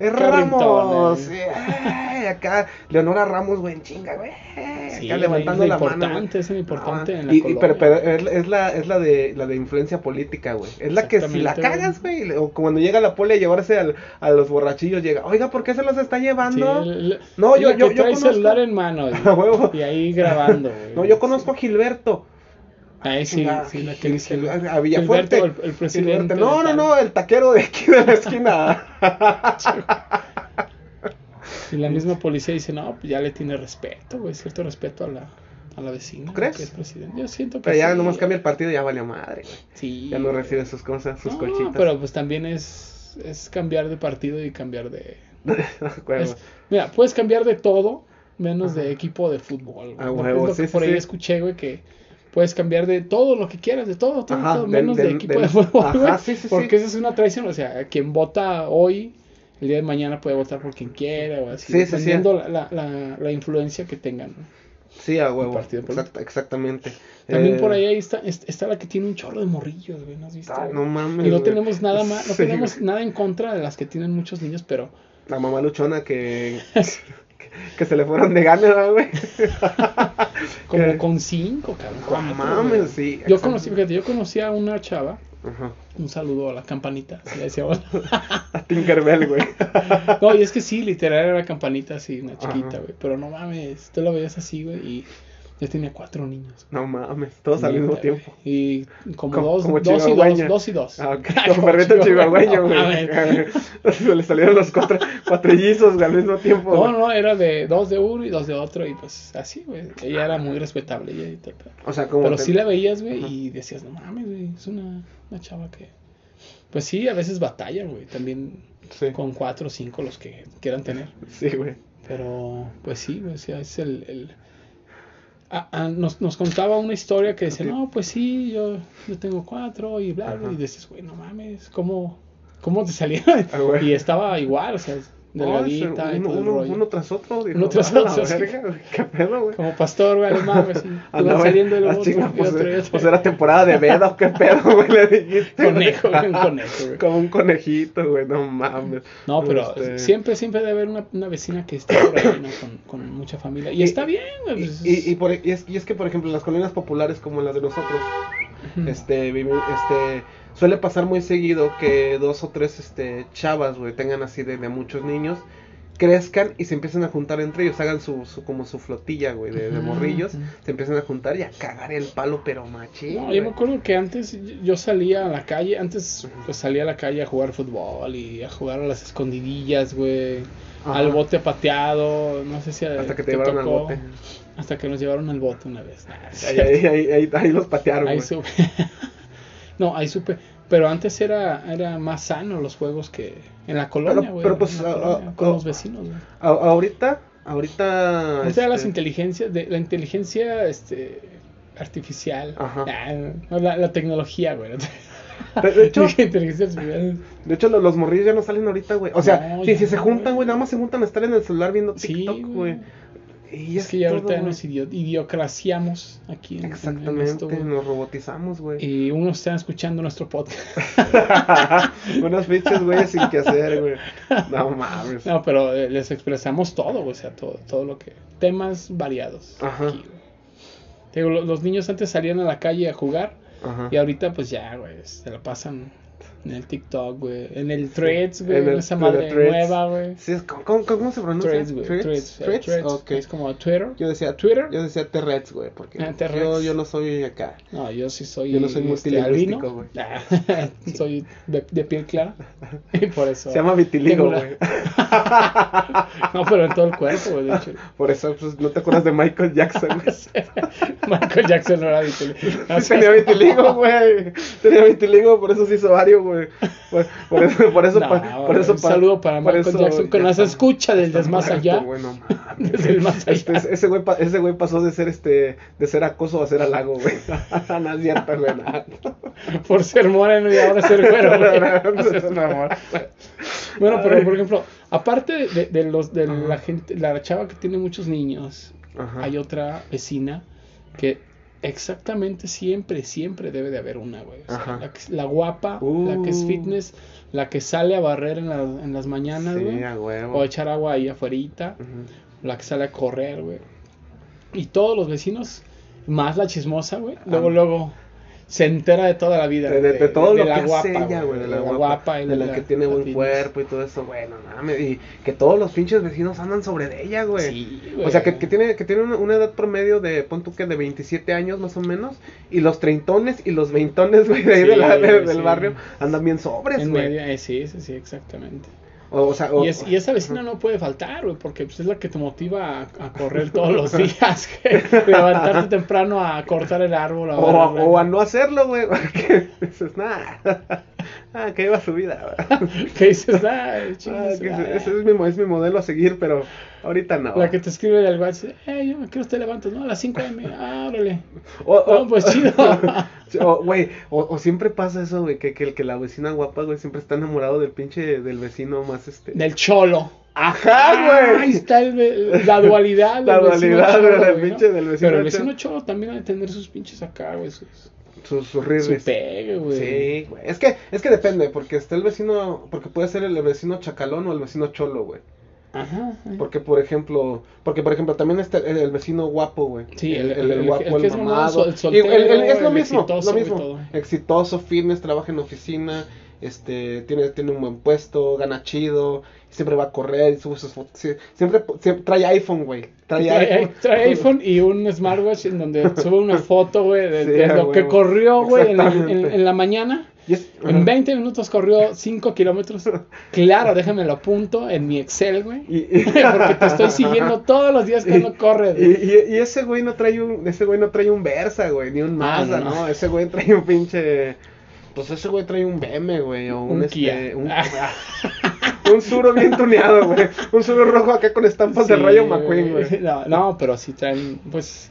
Speaker 1: eh,
Speaker 3: Carrington,
Speaker 1: Ramos.
Speaker 3: eh.
Speaker 1: Sí, ay, acá, Leonora Ramos, güey, en chinga, güey.
Speaker 3: Sí,
Speaker 1: acá levantando
Speaker 3: es lo
Speaker 1: la mano. güey.
Speaker 3: importante, es lo importante
Speaker 1: Ah,
Speaker 3: en la
Speaker 1: y- y-
Speaker 3: colonia.
Speaker 1: pero, pero es, la- es la, es la de la de influencia política, güey. Es la que si la
Speaker 3: Exactamente,
Speaker 1: cagas, güey, o cuando llega la poli a llevarse al- a los borrachillos, llega, oiga, ¿por qué se los está
Speaker 3: Sí,
Speaker 1: llevando?
Speaker 3: el- el-
Speaker 1: No, yo-
Speaker 3: la que
Speaker 1: yo- yo
Speaker 3: trae
Speaker 1: conozco-
Speaker 3: celular en mano güey,
Speaker 1: A huevo.
Speaker 3: y ahí grabando. güey.
Speaker 1: No, yo conozco a Gilberto.
Speaker 3: Ahí sí,
Speaker 1: chingada.
Speaker 3: sí, la que dice
Speaker 1: El-
Speaker 3: el-
Speaker 1: a Villafuerte.
Speaker 3: Gilberto, el- el presidente
Speaker 1: Gilberto. No,
Speaker 3: de
Speaker 1: no,
Speaker 3: tal.
Speaker 1: no, el taquero de aquí de la esquina.
Speaker 3: Y la misma policía dice, no, pues ya le tiene respeto, güey, cierto respeto a la, a la vecina.
Speaker 1: ¿Crees?
Speaker 3: Que es presidente. Yo siento que
Speaker 1: Pero ya
Speaker 3: sí.
Speaker 1: nomás cambia el partido y ya valió madre, güey.
Speaker 3: Sí.
Speaker 1: Ya no recibe sus cosas, sus
Speaker 3: No,
Speaker 1: colchitas.
Speaker 3: pero pues también es, es cambiar de partido y cambiar de...
Speaker 1: De acuerdo.
Speaker 3: es- mira, puedes cambiar de todo menos de equipo de fútbol. güey.
Speaker 1: Ah,
Speaker 3: No,
Speaker 1: huevo,
Speaker 3: es lo
Speaker 1: sí,
Speaker 3: que
Speaker 1: sí,
Speaker 3: por ahí
Speaker 1: sí.
Speaker 3: escuché, güey, que puedes cambiar de todo lo que quieras, de todo, todo,
Speaker 1: Ajá,
Speaker 3: todo,
Speaker 1: del-
Speaker 3: menos de,
Speaker 1: del-
Speaker 3: equipo
Speaker 1: del-
Speaker 3: de fútbol.
Speaker 1: ajá,
Speaker 3: güey,
Speaker 1: sí, sí, sí.
Speaker 3: porque esa es una traición. O sea, quien vota hoy, el día de mañana puede votar por quien quiera o así.
Speaker 1: Sí, sí, sí.
Speaker 3: dependiendo la- La, la- la influencia que tengan. ¿no?
Speaker 1: Sí, a huevo.
Speaker 3: partido político.
Speaker 1: Exact- exactamente.
Speaker 3: También
Speaker 1: Eh,
Speaker 3: por ahí, ahí está, es- está la que tiene un chorro de morrillos, güey, ¿no has visto?
Speaker 1: ah,
Speaker 3: güey?
Speaker 1: no mames.
Speaker 3: Este, y no
Speaker 1: güey.
Speaker 3: tenemos nada más, no
Speaker 1: Sí,
Speaker 3: tenemos
Speaker 1: güey.
Speaker 3: nada en contra de las que tienen muchos niños, pero
Speaker 1: La mamá luchona que, que se le fueron de gana, ¿verdad, güey.
Speaker 3: como
Speaker 1: Eh.
Speaker 3: con cinco, cabrón. cuatro,
Speaker 1: mames,
Speaker 3: güey.
Speaker 1: sí,
Speaker 3: Yo
Speaker 1: exacto.
Speaker 3: conocí, fíjate, yo conocí a una chava,
Speaker 1: Ajá.
Speaker 3: un saludo a la campanita, se le decía hola.
Speaker 1: A Tinkerbell, güey.
Speaker 3: No, y es que sí, literal era la campanita así, una
Speaker 1: Ajá.
Speaker 3: chiquita, güey. Pero no mames, tú la veías así, güey, y yo tenía cuatro niños.
Speaker 1: No mames, todos al
Speaker 3: Neta,
Speaker 1: mismo
Speaker 3: güey.
Speaker 1: tiempo.
Speaker 3: Y como,
Speaker 1: Como-
Speaker 3: dos,
Speaker 1: como
Speaker 3: dos y
Speaker 1: chihuahueña.
Speaker 3: dos, dos y dos.
Speaker 1: Ah, ok. Como perrito chihuahueño,
Speaker 3: No
Speaker 1: güey. Ah,
Speaker 3: mames.
Speaker 1: Se le salieron los cuatro cuatrillizos güey, al mismo tiempo.
Speaker 3: No,
Speaker 1: güey.
Speaker 3: no, era de dos de uno y dos de otro, y pues así, güey. Ella era muy respetable, ella y todo, pero-
Speaker 1: O sea, como.
Speaker 3: Pero
Speaker 1: te-
Speaker 3: sí la veías, güey, y decías, no mames, güey, es una, una chava que. Pues sí, a veces batalla, güey, también
Speaker 1: Sí.
Speaker 3: con cuatro o cinco los que quieran tener.
Speaker 1: Sí, güey.
Speaker 3: Pero, pues sí, güey, o sea, es el. el- Ah, ah, nos, nos contaba una historia que decía,
Speaker 1: Ok.
Speaker 3: no, pues sí, yo, yo tengo cuatro y bla, bla,
Speaker 1: Ajá.
Speaker 3: y decías, güey, no mames, ¿cómo, cómo te salieron?
Speaker 1: Ah, güey.
Speaker 3: y estaba igual, o sea, delgadita
Speaker 1: Ay,
Speaker 3: y
Speaker 1: uno,
Speaker 3: todo el
Speaker 1: uno,
Speaker 3: rollo.
Speaker 1: uno tras otro. Dijo,
Speaker 3: Uno tras
Speaker 1: "A la
Speaker 3: otro, sí.
Speaker 1: verga, güey, ¿Qué pedo, güey?
Speaker 3: Como pastor, güey, no mames, sí. Iban
Speaker 1: Andaba-
Speaker 3: saliendo el
Speaker 1: ah,
Speaker 3: otro,
Speaker 1: chinga,
Speaker 3: y
Speaker 1: pues,
Speaker 3: otro, y
Speaker 1: eh,
Speaker 3: otro.
Speaker 1: pues era temporada de veda, ¿o ¿qué pedo, güey? Le dijiste. güey.
Speaker 3: Conejo, güey, un conejo, güey.
Speaker 1: Como un conejito, güey, no mames.
Speaker 3: No, pero
Speaker 1: Este,
Speaker 3: siempre, siempre debe haber una, una vecina que esté por ahí, ¿no? con, con mucha familia. Y, está bien, güey.
Speaker 1: Y,
Speaker 3: pues,
Speaker 1: y- y por- e, y es, y es que, por ejemplo, en las colonias populares como las de nosotros,
Speaker 3: Ujú.
Speaker 1: este, vivi- este, suele pasar muy seguido que dos o tres, este, chavas, güey, tengan así de, de muchos niños, crezcan y se empiecen a juntar entre ellos, hagan su, su como su flotilla, güey, de, de
Speaker 3: Ujú,
Speaker 1: morrillos,
Speaker 3: ujú.
Speaker 1: se empiezan a juntar y a cagar el palo, pero machín,
Speaker 3: No,
Speaker 1: güey.
Speaker 3: yo me acuerdo que antes yo salía a la calle, antes pues salía a la calle a jugar fútbol y a jugar a las escondidillas, güey,
Speaker 1: Ajá.
Speaker 3: al bote pateado, no sé si a-
Speaker 1: Hasta que te llevaron al
Speaker 3: tocó,
Speaker 1: bote.
Speaker 3: hasta que nos llevaron al bote una vez. Nah, es
Speaker 1: Ahí,
Speaker 3: cierto.
Speaker 1: ahí, ahí, ahí- ahí los patearon,
Speaker 3: Ahí
Speaker 1: güey.
Speaker 3: supe. no, ahí supe. Pero antes era, era más sano los juegos que en la colonia, güey.
Speaker 1: pero, pues,
Speaker 3: en la
Speaker 1: ah,
Speaker 3: colonia,
Speaker 1: ah,
Speaker 3: con
Speaker 1: ah,
Speaker 3: los vecinos, güey.
Speaker 1: A- ahorita, ahorita...
Speaker 3: O sea, las
Speaker 1: este,
Speaker 3: inteligencias, de, la inteligencia este, artificial,
Speaker 1: Ajá.
Speaker 3: Ah, no, la, la tecnología, güey.
Speaker 1: De- de hecho-
Speaker 3: La inteligencia artificial.
Speaker 1: De hecho, lo- los, morrillos ya no salen ahorita, güey. O sea,
Speaker 3: No,
Speaker 1: si,
Speaker 3: ya
Speaker 1: si se
Speaker 3: no,
Speaker 1: juntan,
Speaker 3: güey.
Speaker 1: güey, nada más se juntan a estar en el celular viendo
Speaker 3: Sí,
Speaker 1: TikTok, güey.
Speaker 3: güey.
Speaker 1: Y
Speaker 3: Es que ya
Speaker 1: todo,
Speaker 3: ahorita
Speaker 1: güey.
Speaker 3: nos idio- idiocraciamos aquí en- en, en esto,
Speaker 1: Exactamente,
Speaker 3: güey.
Speaker 1: nos robotizamos, güey.
Speaker 3: y unos están escuchando nuestro podcast.
Speaker 1: Unos pinches, güey, sin que hacer, güey. No mames.
Speaker 3: No, pero eh, les expresamos todo, o sea, todo, todo lo que... Temas variados.
Speaker 1: Ajá.
Speaker 3: pues, aquí, güey. Te Digo, lo- los, niños antes salían a la calle a jugar
Speaker 1: Ajá.
Speaker 3: y ahorita pues ya, güey, se la pasan en el TikTok, güey, en el Threads, güey,
Speaker 1: En
Speaker 3: en
Speaker 1: el-
Speaker 3: esa
Speaker 1: en
Speaker 3: madre
Speaker 1: el Threads.
Speaker 3: nueva, güey.
Speaker 1: Sí, es- ¿cómo, cómo, cómo se pronuncia?
Speaker 3: Threads, güey. Threads,
Speaker 1: Threads.
Speaker 3: eh,
Speaker 1: Threads,
Speaker 3: Threads,
Speaker 1: ok.
Speaker 3: Es como Twitter.
Speaker 1: Yo decía
Speaker 3: Twitter.
Speaker 1: Yo decía Terrets, güey, porque
Speaker 3: Ah, Terrets.
Speaker 1: yo, yo no soy acá.
Speaker 3: No, yo sí soy. este,
Speaker 1: Yo no soy multilingüístico,
Speaker 3: albino.
Speaker 1: güey.
Speaker 3: Ah, soy de, de piel clara. Y por eso.
Speaker 1: Se llama vitiligo,
Speaker 3: tengo la-
Speaker 1: güey.
Speaker 3: No, pero en todo el cuerpo, güey. De hecho.
Speaker 1: Por eso, pues, no te acuerdas de Michael Jackson, güey.
Speaker 3: Michael Jackson no era vitiligo. No,
Speaker 1: Sí, tenía vitiligo, güey. Tenía vitiligo, por eso se hizo vario, güey. Por, por eso, por eso,
Speaker 3: No,
Speaker 1: pa- por eso
Speaker 3: un
Speaker 1: pa-
Speaker 3: saludo para
Speaker 1: por
Speaker 3: Michael
Speaker 1: eso
Speaker 3: Jackson que
Speaker 1: ya
Speaker 3: nos
Speaker 1: está-
Speaker 3: escucha
Speaker 1: está
Speaker 3: desde el más
Speaker 1: muerto,
Speaker 3: allá.
Speaker 1: güey, no mames.
Speaker 3: Desde el más allá.
Speaker 1: Este, ese güey, pa- ese güey pasó de ser este, de ser acoso a ser halago, güey. no es cierto, güey. no.
Speaker 3: Por ser moreno y ahora ser güero, güey. O sea, es un amor. Bueno, pero por ejemplo, aparte de, de los de la gente, la chava que tiene muchos niños,
Speaker 1: Ajá.
Speaker 3: hay otra vecina que exactamente siempre, siempre debe de haber una, güey. O sea,
Speaker 1: Ajá.
Speaker 3: la, que es- la guapa, la que es
Speaker 1: Uh.
Speaker 3: fitness, la que sale a barrer en, la- en las mañanas,
Speaker 1: Sí,
Speaker 3: güey.
Speaker 1: a huevo.
Speaker 3: O a echar agua ahí afuera,
Speaker 1: Ujú.
Speaker 3: la que sale a correr, güey. Y todos los vecinos, más la chismosa, güey. Luego,
Speaker 1: Ah.
Speaker 3: luego. se entera de toda la vida.
Speaker 1: De, de- de todo lo que
Speaker 3: la guapa,
Speaker 1: hace ella, güey, de la guapa,
Speaker 3: y
Speaker 1: de la que tiene buen
Speaker 3: fitness.
Speaker 1: cuerpo y todo eso, bueno, mames, y que todos los pinches vecinos andan sobre de ella, güey.
Speaker 3: Sí,
Speaker 1: O sea, que,
Speaker 3: güey.
Speaker 1: que tiene, que tiene una, una edad promedio de, pon tú que de 27 años más o menos, y los treintones y los veintones, güey, de ahí
Speaker 3: Sí,
Speaker 1: de la- de-
Speaker 3: güey,
Speaker 1: del
Speaker 3: sí.
Speaker 1: barrio andan bien sobres,
Speaker 3: En
Speaker 1: güey. Oh,
Speaker 3: medio, eh, sí, sí, sí, exactamente.
Speaker 1: O, o sea, o-
Speaker 3: y, es- y esa vecina no puede faltar, güey, porque pues, es la que te motiva a, a correr todos los días, güey. levantarte temprano a cortar el árbol. a
Speaker 1: o-
Speaker 3: barrer la-
Speaker 1: o a no hacerlo, güey, porque dices, nada, ah, que iba su vida, güey.
Speaker 3: que dices, ah,
Speaker 1: Ah,
Speaker 3: chingas,
Speaker 1: que
Speaker 3: ah".
Speaker 1: ese- ese es mi, mo- es mi modelo a seguir, pero ahorita no.
Speaker 3: La que te escribe del WhatsApp, eh, yo me quiero te levantas, ¿no? A las 5 de la mañana, ah, órale.
Speaker 1: O,
Speaker 3: No, pues, chido.
Speaker 1: o, güey, o, o siempre pasa eso, güey, que, que, el- que la vecina guapa, güey, siempre está enamorado del pinche del vecino más este.
Speaker 3: Del cholo.
Speaker 1: Ajá,
Speaker 3: Ahí
Speaker 1: Ah, güey.
Speaker 3: está el ve- la dualidad. del
Speaker 1: La
Speaker 3: vecino
Speaker 1: dualidad,
Speaker 3: cholo,
Speaker 1: güey, del
Speaker 3: güey, ¿no?
Speaker 1: pinche del vecino
Speaker 3: Pero el vecino
Speaker 1: cholo.
Speaker 3: cholo también ha de tener sus pinches acá, güey. Sus,
Speaker 1: Sus sus
Speaker 3: su
Speaker 1: rirris.
Speaker 3: pegue, güey.
Speaker 1: Sí, güey. Es que, es que depende, porque está el vecino, porque puede ser el vecino chacalón o el vecino cholo, güey.
Speaker 3: Ajá. ajá.
Speaker 1: Porque, por ejemplo, porque, por ejemplo, también está el, el vecino guapo, güey.
Speaker 3: Sí, el-
Speaker 1: el, el
Speaker 3: el-
Speaker 1: guapo,
Speaker 3: el
Speaker 1: el,
Speaker 3: que es mamado,
Speaker 1: mamado.
Speaker 3: el
Speaker 1: Y
Speaker 3: soltero,
Speaker 1: el- el- es lo
Speaker 3: el
Speaker 1: mismo,
Speaker 3: exitoso
Speaker 1: lo
Speaker 3: y
Speaker 1: mismo.
Speaker 3: todo.
Speaker 1: Exitoso, fitness, trabaja en oficina, este, tiene, tiene un buen puesto, gana chido, siempre va a correr, sube sus fotos. sí, siempre, siempre trae iPhone, güey. Trae,
Speaker 3: Trae,
Speaker 1: iPhone.
Speaker 3: trae iPhone y un smartwatch en donde sube una foto, güey, de,
Speaker 1: Sí,
Speaker 3: de
Speaker 1: a
Speaker 3: lo que
Speaker 1: huevo.
Speaker 3: corrió, güey, en, la- en-
Speaker 1: Exactamente.
Speaker 3: en la mañana.
Speaker 1: Y es-
Speaker 3: En 20 minutos corrió 5 kilómetros. Claro, déjame lo apunto en mi Excel, güey.
Speaker 1: y- y-
Speaker 3: Porque te estoy siguiendo todos los días cuando corres.
Speaker 1: Y,
Speaker 3: güey.
Speaker 1: y- y ese güey no trae un, ese güey no trae un Versa, güey, ni un Mazda,
Speaker 3: Ah, no,
Speaker 1: no,
Speaker 3: no.
Speaker 1: Ese güey trae un pinche, pues ese güey trae un BM, güey, o un,
Speaker 3: Un
Speaker 1: este,
Speaker 3: Kia. Ah.
Speaker 1: un, un Zuro bien tuneado, güey, un Zuro rojo acá con estampas Pues de
Speaker 3: Sí,
Speaker 1: Rayo McQueen, güey.
Speaker 3: No, no, pero sí traen, pues.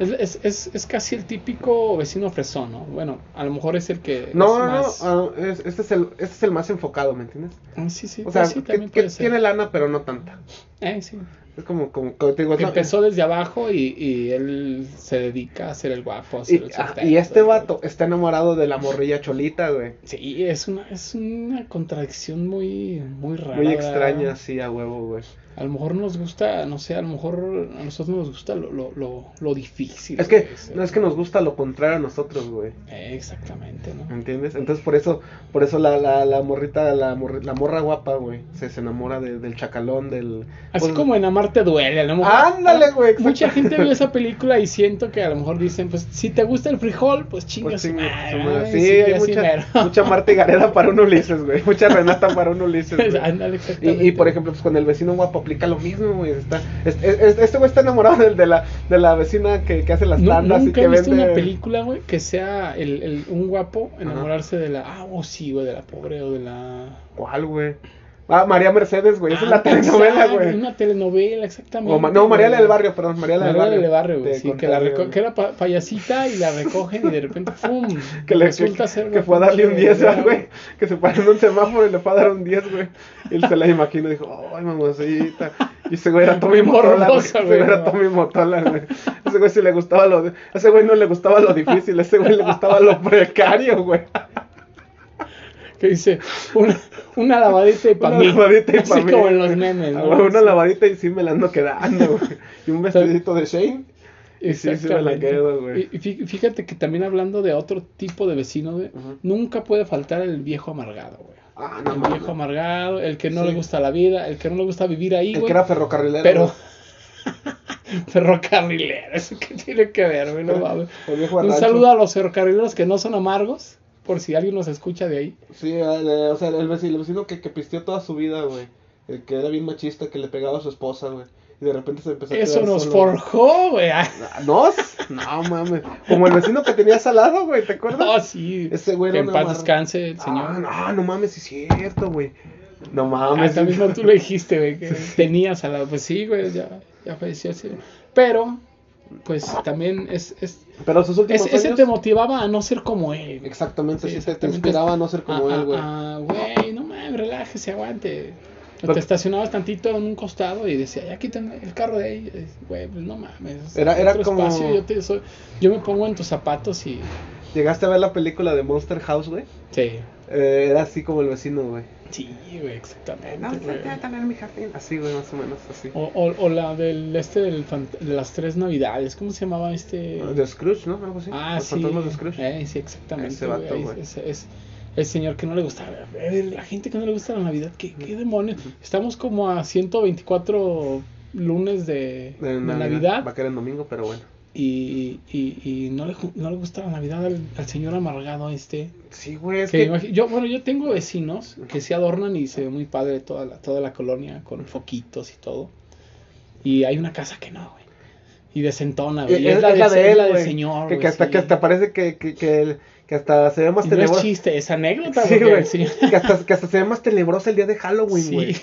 Speaker 3: Es, es, es, es casi el típico vecino fresón, ¿no? Bueno, a lo mejor es el que.
Speaker 1: No, no,
Speaker 3: es
Speaker 1: no,
Speaker 3: más-
Speaker 1: ah, es- este es el, este es el más enfocado, ¿me entiendes?
Speaker 3: Ah, sí, sí,
Speaker 1: O
Speaker 3: pues
Speaker 1: sea,
Speaker 3: sí,
Speaker 1: que,
Speaker 3: también
Speaker 1: que
Speaker 3: puede ser.
Speaker 1: tiene lana pero no tanta.
Speaker 3: Eh, sí.
Speaker 1: Es como, como, como te digo,
Speaker 3: Que
Speaker 1: Pues no,
Speaker 3: empezó desde abajo y, y él se dedica a ser el guapo. a ser
Speaker 1: y,
Speaker 3: el
Speaker 1: ah,
Speaker 3: soltero,
Speaker 1: y este
Speaker 3: todo.
Speaker 1: vato está enamorado de la morrilla cholita, güey.
Speaker 3: Sí, es una, es una contradicción muy, muy rara.
Speaker 1: Muy
Speaker 3: ¿verdad?
Speaker 1: extraña, sí, a huevo, güey.
Speaker 3: A lo mejor nos gusta, no sé, a lo mejor a nosotros nos gusta lo, lo, lo, lo difícil.
Speaker 1: Es que,
Speaker 3: güey,
Speaker 1: no es que nos gusta lo contrario a nosotros, güey.
Speaker 3: Eh, exactamente, ¿no?
Speaker 1: ¿Me entiendes? Entonces por eso, por eso la, la, la morrita, la, morri- la morra guapa, güey, se, se enamora de- del chacalón, del...
Speaker 3: Así
Speaker 1: pues,
Speaker 3: como en Amarte duele, a lo mejor.
Speaker 1: Ándale, güey, exacto.
Speaker 3: Mucha gente vio esa película y siento que a lo mejor dicen, pues si te gusta el frijol, pues chinga
Speaker 1: pues,
Speaker 3: su
Speaker 1: sí,
Speaker 3: madre,
Speaker 1: su
Speaker 3: ¿no?
Speaker 1: madre.
Speaker 3: Y
Speaker 1: Sí,
Speaker 3: sigue
Speaker 1: hay
Speaker 3: así
Speaker 1: mucha,
Speaker 3: mero.
Speaker 1: mucha Marta y Gareda para un Ulises, güey. Mucha Renata para un Ulises, güey.
Speaker 3: Ándale,
Speaker 1: Y,
Speaker 3: exactamente.
Speaker 1: y, por ejemplo, pues con el vecino guapo aplica lo mismo, güey. Está, es- es- es- este güey está enamorado del- de, la, de la vecina que, que hace las
Speaker 3: Nu-
Speaker 1: tandas y
Speaker 3: nunca
Speaker 1: que
Speaker 3: he visto
Speaker 1: vende...
Speaker 3: una película, güey, que sea el, el- un guapo enamorarse de la. Ah, oh, sí, güey, de la pobre o de la.
Speaker 1: ¿Cuál, güey? Ah, María Mercedes, güey. Esa es
Speaker 3: Ah,
Speaker 1: la telenovela,
Speaker 3: exacto,
Speaker 1: güey.
Speaker 3: Una telenovela, exactamente.
Speaker 1: O Ma- no, Mariela del
Speaker 3: güey.
Speaker 1: Barrio, perdón, Mariela del
Speaker 3: Mariela
Speaker 1: Barrio.
Speaker 3: del barrio, güey,
Speaker 1: Te
Speaker 3: sí, que,
Speaker 1: conté,
Speaker 3: la reco-
Speaker 1: güey.
Speaker 3: que era pa- payasita y la recogen y de repente, ¡pum!
Speaker 1: Que le
Speaker 3: resulta
Speaker 1: que,
Speaker 3: ser.
Speaker 1: que
Speaker 3: una
Speaker 1: fue a darle un
Speaker 3: pinche
Speaker 1: 10,
Speaker 3: idea,
Speaker 1: güey. Que se paró en un semáforo y le fue a dar un 10, güey. Y él se la imaginó y dijo, ay, mamacita. Y ese güey era Tommy
Speaker 3: Bien
Speaker 1: Motola, güey.
Speaker 3: morboso,
Speaker 1: Ese güey
Speaker 3: güey,
Speaker 1: era
Speaker 3: no.
Speaker 1: Tommy Motola, güey. Ese güey sí le gustaba lo... de- Ese güey no le gustaba lo difícil, ese güey le gustaba lo precario, güey.
Speaker 3: Que dice, una, una lavadita y pa'
Speaker 1: Una
Speaker 3: mí.
Speaker 1: lavadita y pa'
Speaker 3: Así
Speaker 1: mí.
Speaker 3: como en los memes,
Speaker 1: Ah,
Speaker 3: ¿no?
Speaker 1: güey, Una
Speaker 3: Sí,
Speaker 1: lavadita y sí me la ando quedando, güey. Y un vestidito de Shane. y sí, sí me la
Speaker 3: exactamente.
Speaker 1: quedo, güey.
Speaker 3: Y- y fí- Fíjate que también hablando de otro tipo de vecino, güey,
Speaker 1: Ujú.
Speaker 3: nunca puede faltar el viejo amargado, güey.
Speaker 1: Ah, no,
Speaker 3: El viejo
Speaker 1: mames.
Speaker 3: amargado, el que no
Speaker 1: Sí.
Speaker 3: le gusta la vida, el que no le gusta vivir ahí,
Speaker 1: El
Speaker 3: güey.
Speaker 1: que era ferrocarrilero.
Speaker 3: pero
Speaker 1: güey.
Speaker 3: ferrocarrilero, eso que tiene que ver, güey, no mames.
Speaker 1: El viejo
Speaker 3: Un
Speaker 1: arracho.
Speaker 3: saludo a los ferrocarrileros que no son amargos, por si alguien nos escucha de ahí.
Speaker 1: Sí, el, eh, o sea, el vecino, el vecino que, que pisteó toda su vida, güey. El que era bien machista, que le pegaba a su esposa, güey. Y de repente se empezó a
Speaker 3: Eso
Speaker 1: quedar
Speaker 3: nos
Speaker 1: solo.
Speaker 3: forjó, güey. Ah,
Speaker 1: ¿Nos? No, mames. Como el vecino que tenía salado, güey, ¿te acuerdas?
Speaker 3: No, sí.
Speaker 1: Ese güey
Speaker 3: que
Speaker 1: era
Speaker 3: en
Speaker 1: una
Speaker 3: paz
Speaker 1: mar-
Speaker 3: descanse el señor.
Speaker 1: Ah, no, no mames, sí es cierto, güey. No
Speaker 3: Ah,
Speaker 1: mames.
Speaker 3: esa misma tú lo dijiste, güey, que tenías al lado. Pues sí, güey, ya, ya falleció ese. Pero, pues también es, es,
Speaker 1: Pero sus últimos
Speaker 3: es- ese
Speaker 1: años-
Speaker 3: te motivaba a no ser como él. güey. Sí,
Speaker 1: Exactamente, sí, te- te,
Speaker 3: exactamente.
Speaker 1: inspiraba a no ser como
Speaker 3: Ah,
Speaker 1: él, güey.
Speaker 3: ah, ah, güey, no mames, relájese, aguante. O
Speaker 1: Porque-
Speaker 3: te estacionabas tantito en un costado y decía, ya quítame el carro de ahí. Eh, Güey, pues no mames.
Speaker 1: Era- era
Speaker 3: otro
Speaker 1: como-
Speaker 3: espacio, yo, te, soy- yo me pongo en tus zapatos y.
Speaker 1: ¿Llegaste a ver la película de Monster House, güey?
Speaker 3: Sí.
Speaker 1: Eh, era así como el vecino, güey.
Speaker 3: Sí, güey, exactamente.
Speaker 1: No,
Speaker 3: güey.
Speaker 1: ya tener mi jardín. Así, güey, más o menos, así.
Speaker 3: O, o- o la del este del fant- de las tres navidades, ¿cómo se llamaba este?
Speaker 1: Ah, De Scrooge, ¿no? Algo así.
Speaker 3: ah,
Speaker 1: Los
Speaker 3: sí.
Speaker 1: fantasmas de Scrooge.
Speaker 3: Eh, sí, exactamente.
Speaker 1: Ese
Speaker 3: güey,
Speaker 1: vato,
Speaker 3: ahí
Speaker 1: güey.
Speaker 3: Es, es- el señor que no le gusta. A ver, la gente que no le gusta la Navidad, ¿qué, qué demonios? Estamos como a 124 lunes de,
Speaker 1: De
Speaker 3: de
Speaker 1: Va a
Speaker 3: Navidad
Speaker 1: caer en domingo, pero bueno.
Speaker 3: y, y, y no, le, ju- no le gusta la Navidad al, al señor amargado este.
Speaker 1: Sí, güey, es
Speaker 3: Que
Speaker 1: que.
Speaker 3: imagi- yo, bueno, yo tengo vecinos que se adornan y se ve muy padre toda la, toda la colonia con foquitos y todo. Y hay una casa que no, güey. Y desentona, güey. Y
Speaker 1: Eh,
Speaker 3: es, la
Speaker 1: es
Speaker 3: de,
Speaker 1: la
Speaker 3: es
Speaker 1: de él,
Speaker 3: la del
Speaker 1: güey.
Speaker 3: señor,
Speaker 1: que, que
Speaker 3: güey,
Speaker 1: hasta,
Speaker 3: sí.
Speaker 1: que hasta parece que, que, que, el- que hasta se ve más
Speaker 3: Y no es
Speaker 1: tenebroso.
Speaker 3: chiste, es anécdota,
Speaker 1: Sí,
Speaker 3: porque
Speaker 1: güey.
Speaker 3: el señor-
Speaker 1: Que hasta, que hasta se ve más tenebrosa el día de Halloween,
Speaker 3: Sí.
Speaker 1: güey.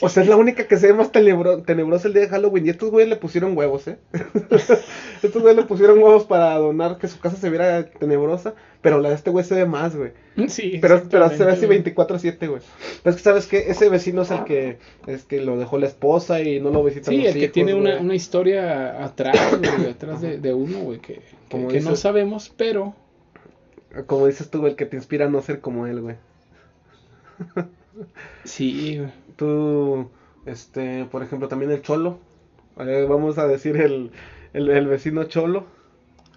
Speaker 1: O sea, es la única que se ve más tenebro- tenebrosa el día de Halloween. Y estos güeyes le pusieron huevos, ¿eh? estos güeyes le pusieron huevos para donar que su casa se viera tenebrosa. Pero la de este güey se ve más, güey.
Speaker 3: Sí,
Speaker 1: Pero, pero se ve así
Speaker 3: exactamente, güey.
Speaker 1: 24-7, güey. Pero es que, ¿sabes qué? Ese vecino es el que, es que lo dejó la esposa y no lo visita
Speaker 3: Sí,
Speaker 1: los
Speaker 3: el que
Speaker 1: hijos,
Speaker 3: tiene una,
Speaker 1: güey.
Speaker 3: una historia atrás, güey, atrás de, de uno, güey, que, que-
Speaker 1: Como
Speaker 3: que no
Speaker 1: dices-
Speaker 3: sabemos, pero
Speaker 1: Como dices tú, güey, el que te inspira a no ser como él, güey.
Speaker 3: sí, güey.
Speaker 1: Tú, este, por ejemplo, también el cholo. Eh, vamos a decir el, el, el vecino cholo.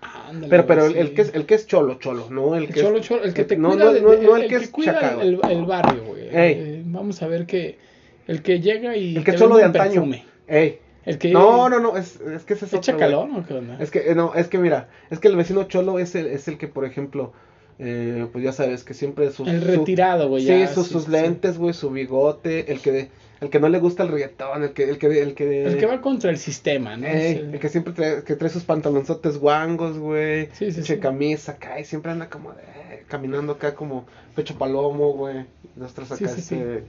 Speaker 3: Ándale,
Speaker 1: Pero, pero
Speaker 3: güey,
Speaker 1: el, el
Speaker 3: sí.
Speaker 1: que es, el que es cholo, cholo, ¿no? El,
Speaker 3: El
Speaker 1: que
Speaker 3: cholo,
Speaker 1: es,
Speaker 3: cholo, el que te
Speaker 1: no,
Speaker 3: cuida,
Speaker 1: no,
Speaker 3: de-
Speaker 1: no,
Speaker 3: de-
Speaker 1: no
Speaker 3: el,
Speaker 1: el que
Speaker 3: que
Speaker 1: es
Speaker 3: cuida
Speaker 1: chaca, güey.
Speaker 3: el, el barrio, güey.
Speaker 1: Ey.
Speaker 3: Eh, vamos a ver que el que llega y
Speaker 1: el que es
Speaker 3: te
Speaker 1: cholo de
Speaker 3: vende un
Speaker 1: antaño.
Speaker 3: perfume.
Speaker 1: Ey.
Speaker 3: El que
Speaker 1: No, no, no, es, es que ese es
Speaker 3: echa
Speaker 1: otro, güey.
Speaker 3: calor, ¿o qué onda?
Speaker 1: Es que, eh, no, es que mira, es que el vecino cholo es el, es el que, por ejemplo, eh, pues ya sabes, que siempre sus...
Speaker 3: el
Speaker 1: su-
Speaker 3: retirado, güey.
Speaker 1: Sí,
Speaker 3: ya,
Speaker 1: sus, sus
Speaker 3: sí.
Speaker 1: lentes, güey, su bigote, el que, el que no le gusta el reggaetón, el que, el que, el que,
Speaker 3: El que va contra el sistema, ¿no?
Speaker 1: Ey,
Speaker 3: Es el-
Speaker 1: el que siempre trae, que trae sus pantalonzotes guangos, güey,
Speaker 3: Sí, sí,
Speaker 1: pinche
Speaker 3: sí.
Speaker 1: camisa acá, y siempre anda como de- eh, caminando acá como pecho palomo, güey, dos, tres acá,
Speaker 3: Sí, sí, sí.
Speaker 1: este,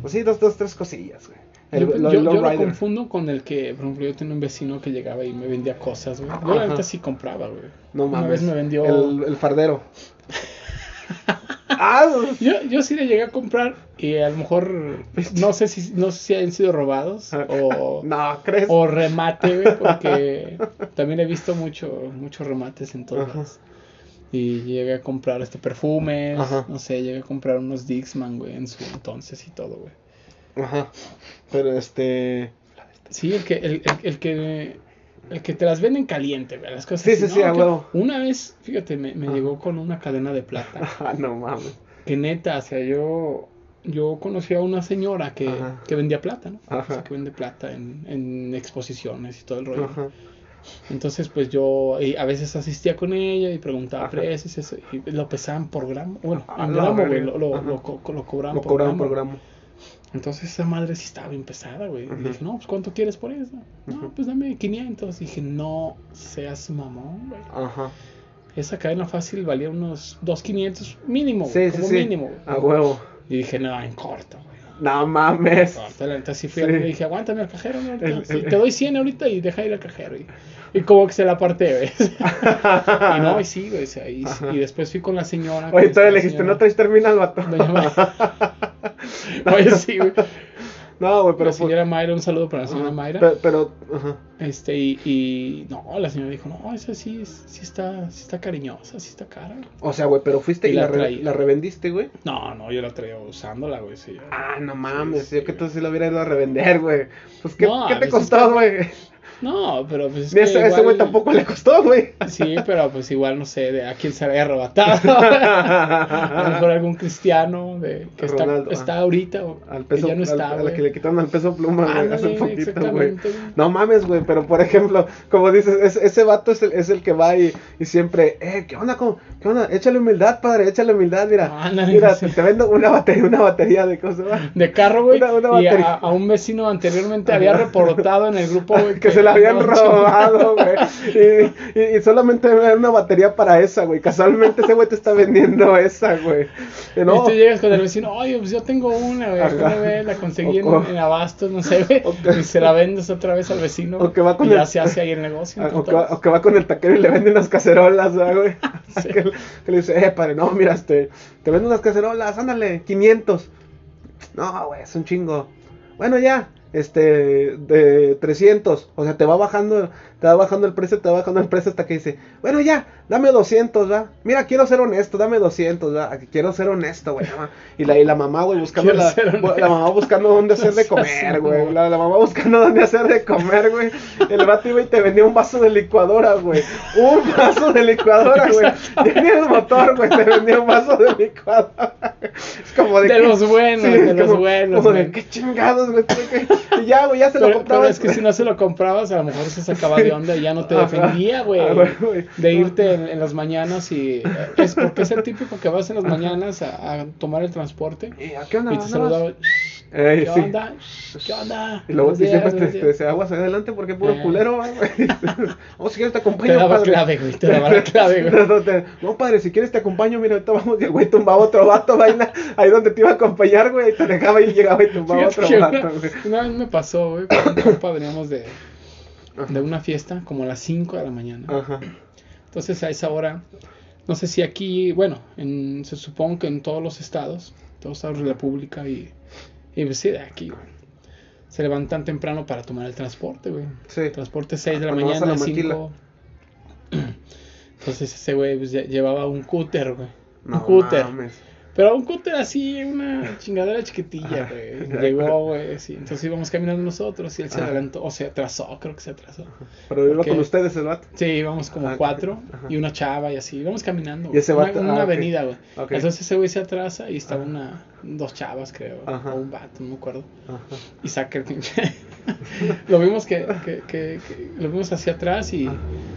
Speaker 1: pues sí, dos, dos, tres cosillas, güey. El-
Speaker 3: yo,
Speaker 1: lo-
Speaker 3: yo-
Speaker 1: low
Speaker 3: yo lo
Speaker 1: rider.
Speaker 3: confundo con el que, por ejemplo, yo tenía un vecino que llegaba y me vendía cosas, güey. Yo la
Speaker 1: Ajá.
Speaker 3: neta sí compraba, güey.
Speaker 1: No
Speaker 3: Una
Speaker 1: mames,
Speaker 3: vez me vendió...
Speaker 1: el, el fardero. ah,
Speaker 3: Yo, yo sí le llegué a comprar y a lo mejor no sé si no sé si han sido robados o,
Speaker 1: Ah, no, ¿crees?
Speaker 3: o remate, güey, porque también he visto mucho, muchos remates en todos
Speaker 1: Ajá.
Speaker 3: lados. Y llegué a comprar este perfumes,
Speaker 1: Ajá.
Speaker 3: no sé, llegué a comprar unos Dixman, güey, en su entonces y todo, güey.
Speaker 1: Ajá, pero este...
Speaker 3: Sí, el que, el, el- el que, el que te las venden caliente, güey, las cosas.
Speaker 1: Sí,
Speaker 3: así,
Speaker 1: sí, sí,
Speaker 3: ¿no?
Speaker 1: a
Speaker 3: Que
Speaker 1: huevo.
Speaker 3: Una vez, fíjate, me, me
Speaker 1: Ajá.
Speaker 3: llegó con una cadena de plata.
Speaker 1: Ah, no mames.
Speaker 3: Que neta, o sea, yo, yo conocí a una señora que,
Speaker 1: Ajá.
Speaker 3: que vendía plata, ¿no? O sea,
Speaker 1: Ajá.
Speaker 3: que vende plata en, en exposiciones y todo el rollo.
Speaker 1: Ajá.
Speaker 3: Entonces, pues yo eh, a veces asistía con ella y preguntaba
Speaker 1: Ajá.
Speaker 3: precios y eso, y lo pesaban por gramo. Bueno,
Speaker 1: Ah,
Speaker 3: en
Speaker 1: la
Speaker 3: gramo, güey,
Speaker 1: verga.
Speaker 3: lo, lo,
Speaker 1: Ajá.
Speaker 3: lo co- co- lo cobraban
Speaker 1: Lo
Speaker 3: por
Speaker 1: cobraron
Speaker 3: gramo.
Speaker 1: por gramo.
Speaker 3: Entonces esa madre sí estaba bien pesada, güey. Y
Speaker 1: Ujú.
Speaker 3: dije, no, pues ¿cuánto quieres por eso? No,
Speaker 1: Ujú.
Speaker 3: pues dame 500. dije, no seas mamón, güey.
Speaker 1: Ajá.
Speaker 3: Esa cadena fácil valía unos 2.500 mínimo, güey,
Speaker 1: Sí, sí, Ah.
Speaker 3: como
Speaker 1: sí.
Speaker 3: mínimo, güey.
Speaker 1: A huevo.
Speaker 3: Y dije, no, en corto, güey.
Speaker 1: No mames.
Speaker 3: Ahorita la neta sí fui
Speaker 1: Sí.
Speaker 3: al- le dije, aguántame al cajero, ¿no? Ahorita,
Speaker 1: El-
Speaker 3: sí,
Speaker 1: el-
Speaker 3: te doy 100 ahorita y deja ir al cajero. Y, y como que se la parte, ¿ves? y no, y sí, güey. o sea, y,
Speaker 1: Ajá.
Speaker 3: y después fui con la señora.
Speaker 1: Oye,
Speaker 3: con esta
Speaker 1: todavía le dijiste,
Speaker 3: señora.
Speaker 1: no traes terminal, vato.
Speaker 3: Doña Ma- Oye, sí, güey.
Speaker 1: No, güey, pero.
Speaker 3: la señora Mayra, un saludo para la señora
Speaker 1: Ajá.
Speaker 3: Mayra.
Speaker 1: Pe- Pero, ajá.
Speaker 3: Este, y, y no, la señora dijo, no, esa sí, es- sí, está, sí está cariñosa, sí está cara.
Speaker 1: O sea, güey, pero fuiste
Speaker 3: Y
Speaker 1: y,
Speaker 3: la
Speaker 1: la, re-
Speaker 3: traía.
Speaker 1: la revendiste, güey.
Speaker 3: No, no, yo la traía usándola, güey. Sí,
Speaker 1: Ah, no mames,
Speaker 3: sí,
Speaker 1: yo que tú
Speaker 3: güey.
Speaker 1: sí la hubiera ido a revender, güey. Pues, ¿qué,
Speaker 3: No,
Speaker 1: qué
Speaker 3: a
Speaker 1: te
Speaker 3: veces-
Speaker 1: costó, güey?
Speaker 3: No, pero pues. es
Speaker 1: Ni
Speaker 3: que
Speaker 1: ese ese güey
Speaker 3: igual-
Speaker 1: tampoco le costó, güey.
Speaker 3: Sí, pero pues igual no sé de a quién se le haya arrebatado. A lo mejor algún cristiano de, que está,
Speaker 1: Ronaldo, ah.
Speaker 3: está ahorita o
Speaker 1: Al
Speaker 3: que
Speaker 1: peso,
Speaker 3: ya no
Speaker 1: al-
Speaker 3: está,
Speaker 1: a
Speaker 3: güey.
Speaker 1: la que le quitaron al peso pluma, güey,
Speaker 3: Ándale,
Speaker 1: hace poquito, güey.
Speaker 3: exactamente, güey.
Speaker 1: No mames, güey, pero por ejemplo, como dices, es- ese vato es el, es el que va y, y siempre, eh, ¿qué onda? cómo- ¿Qué onda? Échale humildad, padre, échale humildad, mira.
Speaker 3: Ándale,
Speaker 1: mira,
Speaker 3: sí.
Speaker 1: te, te vendo una batería, una batería de cosas, ¿va?
Speaker 3: De carro, güey.
Speaker 1: Una- una
Speaker 3: y a,
Speaker 1: batería.
Speaker 3: a un vecino anteriormente había reportado en el grupo, güey.
Speaker 1: Que, se la habían
Speaker 3: no,
Speaker 1: robado, güey. Y, y- y solamente era una batería para esa, güey. Casualmente ese güey te está vendiendo esa, güey. Y Este, no,
Speaker 3: Y tú llegas con el vecino, oye, pues yo tengo una, güey.
Speaker 1: Ajá.
Speaker 3: Una vez la conseguí en,
Speaker 1: O co-
Speaker 3: en Abastos, no sé, güey.
Speaker 1: O-
Speaker 3: Y se la vendes otra vez al vecino.
Speaker 1: O que va con
Speaker 3: y ya
Speaker 1: el-
Speaker 3: se hace ahí el negocio.
Speaker 1: Ah, o, que,
Speaker 3: entonces,
Speaker 1: va- o que va con el taquero y le vende unas cacerolas, ¿verdad, güey.
Speaker 3: Sí.
Speaker 1: Que, le- que le dice, eh, padre, no, mira, este, te vendo unas cacerolas, ándale, 500. No, güey, es un chingo. Bueno, ya, este, de 300. O sea, te va bajando, te va bajando el precio, te va bajando el precio hasta que dice, bueno, ya, dame 200, ¿va? Mira, quiero ser honesto, dame 200, ¿va? Quiero ser honesto, güey. ¿va? Y la, y la mamá, güey, buscando,
Speaker 3: Quiero
Speaker 1: la,
Speaker 3: ser honesto.
Speaker 1: la mamá buscando dónde hacer de comer, güey. La, la mamá buscando dónde hacer de comer, güey. El vato iba y te vendía un vaso de licuadora, güey. Un vaso de licuadora, güey. Tenía el motor, güey, te vendía un vaso de licuadora. Es como de,
Speaker 3: De
Speaker 1: que-
Speaker 3: los buenos, de los
Speaker 1: como-
Speaker 3: buenos,
Speaker 1: como de,
Speaker 3: güey.
Speaker 1: qué chingados, güey. tuve que- Y ya, güey, ya se lo
Speaker 3: Pero,
Speaker 1: compraba.
Speaker 3: pero es que si no se lo comprabas, a lo mejor se sacaba de onda y ya no te
Speaker 1: Ajá.
Speaker 3: defendía, güey.
Speaker 1: Ah, güey, güey.
Speaker 3: De irte en, en las mañanas y. eh, Es porque es el típico que vas en las mañanas a, a tomar el transporte
Speaker 1: Eh, ¿a qué onda?
Speaker 3: y te
Speaker 1: ¿Andabas?
Speaker 3: saludaba.
Speaker 1: Eh,
Speaker 3: ¿Qué
Speaker 1: sí.
Speaker 3: onda? ¿Qué onda?
Speaker 1: Y luego
Speaker 3: Buenos
Speaker 1: si
Speaker 3: días,
Speaker 1: siempre te,
Speaker 3: buenos
Speaker 1: te
Speaker 3: días.
Speaker 1: decía, aguas hacia adelante porque puro
Speaker 3: Eh.
Speaker 1: culero, va, güey. Oh, si quieres te acompaño,
Speaker 3: Te daba
Speaker 1: padre.
Speaker 3: clave, güey. Te daba la clave, güey.
Speaker 1: No, no, te- no, padre, si quieres te acompaño, mira, ahorita vamos. Y el güey tumbaba otro vato, vaina. Ahí donde te iba a acompañar, güey. y Te dejaba y llegaba y tumbaba
Speaker 3: Fíjate
Speaker 1: otro
Speaker 3: que
Speaker 1: vato,
Speaker 3: una,
Speaker 1: güey.
Speaker 3: una vez me pasó, güey, con un compa veníamos de, de una fiesta como a las 5 de la mañana.
Speaker 1: Ajá.
Speaker 3: Entonces a esa hora, no sé si aquí, bueno, en- se supone que en todos los estados, todos los estados de la República y, y pues sí, de aquí, güey, se levantan temprano para tomar el transporte, güey.
Speaker 1: Sí.
Speaker 3: El transporte 6 de la
Speaker 1: Cuando vas a
Speaker 3: mañana,
Speaker 1: la maquila.
Speaker 3: 5. Entonces ese güey pues, lle- llevaba un cúter, güey. Un
Speaker 1: No
Speaker 3: cúter.
Speaker 1: mames.
Speaker 3: Pero un cúter así, una chingadera
Speaker 1: Ah.
Speaker 3: chiquitilla, güey.
Speaker 1: ya.
Speaker 3: Llegó, güey, sí. Entonces íbamos caminando nosotros y él se
Speaker 1: Ajá.
Speaker 3: adelantó, o se atrasó, creo que se atrasó.
Speaker 1: Pero iba
Speaker 3: Ok.
Speaker 1: con ustedes el vato.
Speaker 3: Sí, íbamos como
Speaker 1: Ah,
Speaker 3: cuatro
Speaker 1: ajá.
Speaker 3: y una chava y así. Íbamos caminando.
Speaker 1: Y ese
Speaker 3: güey,
Speaker 1: vato-
Speaker 3: una, una
Speaker 1: ah, ok.
Speaker 3: avenida, güey.
Speaker 1: Ok. Ah.
Speaker 3: Entonces ese güey se atrasa y estaba una, dos chavas, creo.
Speaker 1: Ajá.
Speaker 3: O un vato, no me acuerdo.
Speaker 1: Ajá.
Speaker 3: Y saca el pinche. lo vimos que, que, que- que- lo vimos hacia atrás y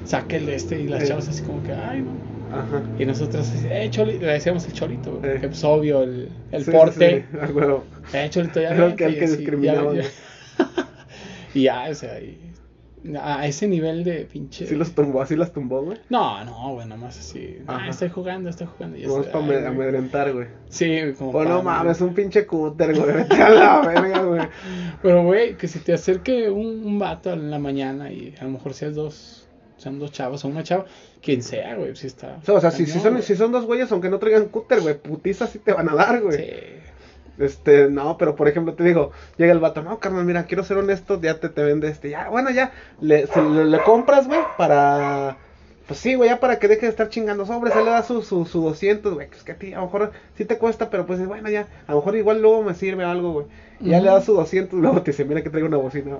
Speaker 3: saca el de este y las
Speaker 1: Eh.
Speaker 3: chavas así como que, ay, no.
Speaker 1: Ajá.
Speaker 3: Y nosotros, así, eh, choli, le decíamos el cholito, güey.
Speaker 1: Eh.
Speaker 3: porque, pues obvio, el, el
Speaker 1: Sí, sí,
Speaker 3: porte.
Speaker 1: sí, a huevo.
Speaker 3: De hecho, ahorita ya
Speaker 1: Era el
Speaker 3: vete,
Speaker 1: que- el
Speaker 3: y
Speaker 1: que
Speaker 3: así,
Speaker 1: discriminaba,
Speaker 3: ya- Y ya, o sea, y- a ese nivel de pinche.
Speaker 1: Sí los tumbó, así las tumbó, güey.
Speaker 3: No, no, güey, nada más así. Ah,
Speaker 1: Ajá.
Speaker 3: estoy jugando, estoy jugando. y ya
Speaker 1: Vamos
Speaker 3: está,
Speaker 1: para
Speaker 3: ay, güey.
Speaker 1: amedrentar, güey.
Speaker 3: Sí, güey, como.
Speaker 1: Oh, no
Speaker 3: pa-
Speaker 1: mames, un pinche cúter, güey. Vete a la verga, güey.
Speaker 3: Pero, güey, que si te acerque un, un vato en la mañana y a lo mejor seas dos. Sean dos chavos o una chava, quien sea, güey, si está.
Speaker 1: O sea, o sea, si,
Speaker 3: cañón,
Speaker 1: si, son,
Speaker 3: güey.
Speaker 1: si son dos güeyes, aunque no traigan cúter, güey, putiza sí te van a dar, güey.
Speaker 3: Sí.
Speaker 1: Este, no, pero por ejemplo, te digo, llega el vato, no, carnal, mira, quiero ser honesto, ya te, te vende este, ya, bueno, ya, le, se- le, le compras, güey, para, pues sí, güey, ya para que deje de estar chingando sobres, ahí le das su, su, su 200, güey, pues que a ti a lo mejor sí te cuesta, pero pues bueno, ya, a lo mejor igual luego me sirve algo, güey, Y ya le das su 200, luego te dice, mira que traigo una bocina,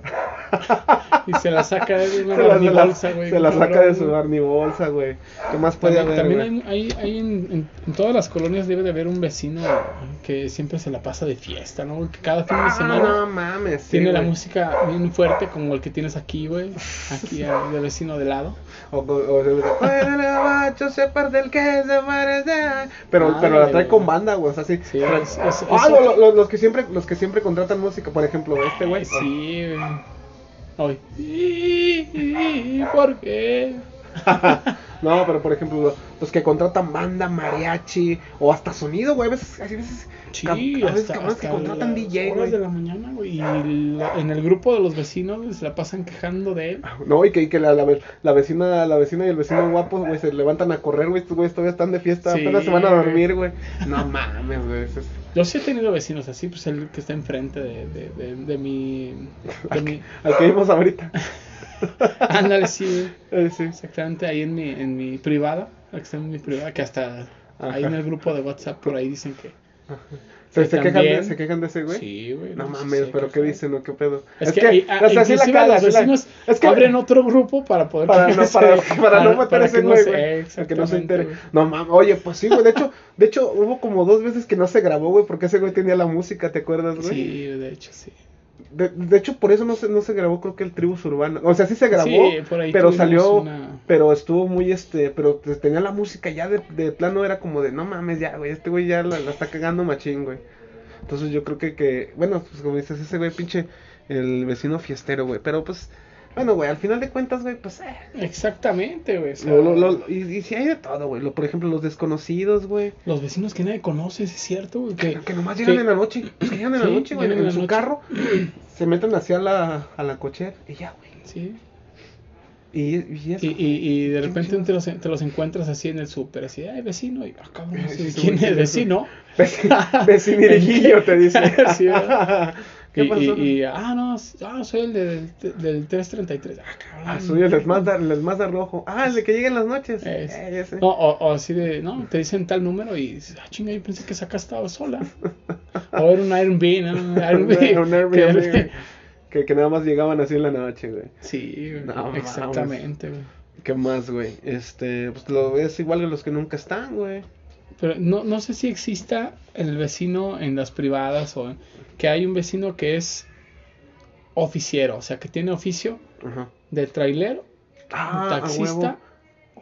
Speaker 3: Y se la saca de una
Speaker 1: se la, se la-
Speaker 3: bolsa, güey.
Speaker 1: se la
Speaker 3: cabrón,
Speaker 1: saca de su
Speaker 3: güey.
Speaker 1: Barney bolsa, güey, ¿qué más puede
Speaker 3: También,
Speaker 1: haber,
Speaker 3: también
Speaker 1: güey?
Speaker 3: hay, hay, hay en, en- en todas las colonias debe de haber un vecino que siempre se la pasa de fiesta, ¿no? Que cada fin de
Speaker 1: Ah,
Speaker 3: semana
Speaker 1: no mames, sí,
Speaker 3: tiene la
Speaker 1: güey.
Speaker 3: música bien fuerte como el que tienes aquí, güey. Aquí al de vecino de lado.
Speaker 1: O, o- o se dice, "Fuera la bacho, se parte el que se parece". Pero,
Speaker 3: Ah,
Speaker 1: pero la trae
Speaker 3: güey.
Speaker 1: con banda, güey. O sea, sí.
Speaker 3: Sí,
Speaker 1: Tra-
Speaker 3: es- es-
Speaker 1: Ah,
Speaker 3: es
Speaker 1: lo-
Speaker 3: otro-
Speaker 1: lo- los que siempre, los que siempre contratan música, por ejemplo, este güey.
Speaker 3: Sí, güey. Hoy. ¿Por qué?
Speaker 1: No, pero por ejemplo, lo- los que contratan banda, mariachi, o hasta sonido, güey. A veces, a veces,
Speaker 3: Sí,
Speaker 1: cab- a veces
Speaker 3: hasta,
Speaker 1: cabrones que
Speaker 3: hasta
Speaker 1: contratan
Speaker 3: las
Speaker 1: DJ,
Speaker 3: horas
Speaker 1: güey.
Speaker 3: de la mañana, güey. Y la- en el grupo de los vecinos güey, se la pasan quejando de él.
Speaker 1: No, y que, y que la, la, ve- la vecina, la vecina y el vecino guapo, güey, se levantan a correr, güey, estos güeyes todavía están de fiesta,
Speaker 3: Sí,
Speaker 1: apenas se van a
Speaker 3: güey.
Speaker 1: dormir, güey. No mames, güey. eso es-
Speaker 3: Yo sí he tenido vecinos así, pues el que está enfrente de, de, de, de mi... De mi
Speaker 1: Al que vimos ahorita.
Speaker 3: ándale, sí,
Speaker 1: Eh, sí.
Speaker 3: exactamente, ahí en mi, en mi privada, el que está en mi privada, que hasta ahí
Speaker 1: Ajá.
Speaker 3: en el grupo de WhatsApp por ahí dicen que...
Speaker 1: ¿Se,
Speaker 3: Que
Speaker 1: se quejan de,
Speaker 3: también-
Speaker 1: ¿Se quejan de ese güey?
Speaker 3: Sí, güey.
Speaker 1: No
Speaker 3: sé
Speaker 1: mames,
Speaker 3: si
Speaker 1: pero
Speaker 3: que-
Speaker 1: ¿qué dicen o qué pedo?
Speaker 3: Es, que, ahí- ah,
Speaker 1: o sea, sí la
Speaker 3: inclusive
Speaker 1: caga,
Speaker 3: los
Speaker 1: sí la-
Speaker 3: vecinos
Speaker 1: es que
Speaker 3: abren otro grupo para poder...
Speaker 1: para no, para, para no matar
Speaker 3: para
Speaker 1: ese
Speaker 3: que no
Speaker 1: güey,
Speaker 3: se-
Speaker 1: güey, para que no
Speaker 3: exactamente,
Speaker 1: se entere.
Speaker 3: güey.
Speaker 1: No mames, oye, pues sí, güey, de hecho, de hecho hubo como dos veces que no se grabó, güey, porque ese güey tenía la música, ¿te acuerdas, Pues, güey?
Speaker 3: Sí, de hecho, sí.
Speaker 1: De, de hecho, por eso no se, no se grabó, creo que el Tribus Urbano. O sea, sí se grabó,
Speaker 3: Sí, por ahí
Speaker 1: pero
Speaker 3: tuvimos
Speaker 1: salió,
Speaker 3: una-
Speaker 1: pero estuvo muy, este, pero pues, tenía la música ya de, de plano, era como de, no mames, ya, güey, este güey ya la, la está cagando machín, güey. Entonces yo creo que, que, bueno, pues como dices, ese güey pinche, el vecino fiestero, güey, pero pues, bueno, güey, al final de cuentas, güey, pues, eh,
Speaker 3: Exactamente, güey. o sea,
Speaker 1: lo- lo- lo- y, y si hay de todo, güey, lo, por ejemplo, los desconocidos, güey.
Speaker 3: Los vecinos que nadie conoce, sí es cierto, güey.
Speaker 1: Que,
Speaker 3: Que,
Speaker 1: que nomás llegan
Speaker 3: que-
Speaker 1: en la noche, que llegan en la
Speaker 3: Sí,
Speaker 1: noche, güey,
Speaker 3: llegan en
Speaker 1: en
Speaker 3: la
Speaker 1: su
Speaker 3: noche.
Speaker 1: carro, se meten hacia la, a la cochera y ya, güey.
Speaker 3: Sí.
Speaker 1: Y, y es
Speaker 3: Y, y, y de repente te los, te los encuentras así en el súper, así, ay, vecino, y ah, cabrón,
Speaker 1: Sí,
Speaker 3: ¿sí?
Speaker 1: sí,
Speaker 3: ¿quién
Speaker 1: güey,
Speaker 3: es
Speaker 1: sí,
Speaker 3: vecino?
Speaker 1: vecin- vecinirigillo, te dice.
Speaker 3: Sí, ¿verdad?
Speaker 1: ¿Qué
Speaker 3: y, y-
Speaker 1: pasó?
Speaker 3: y, ah, no, s- ah, soy el del, del 333. Ah, cabrón.
Speaker 1: Ah, suyo el Mazda, el Mazda rojo. Ah, el de que llega en las noches.
Speaker 3: Es-
Speaker 1: Eh, ya sé.
Speaker 3: No, o, o así de, no, te dicen tal número y dices, ah, chinga, yo pensé que esa casa estaba sola. O era un Airbnb, ¿no? Un
Speaker 1: Un
Speaker 3: Airbnb.
Speaker 1: Airbnb,
Speaker 3: Que-
Speaker 1: güey. que, que nada más llegaban así en la noche, güey.
Speaker 3: Sí, güey,
Speaker 1: No mames.
Speaker 3: exactamente, güey.
Speaker 1: ¿Qué más, güey? Este, pues lo, es igual que los que nunca están, güey.
Speaker 3: Pero no, no sé si exista el vecino en las privadas o en- que hay un vecino que es oficiero, o sea, que tiene oficio
Speaker 1: Ajá.
Speaker 3: de trailero,
Speaker 1: Ah, a
Speaker 3: taxista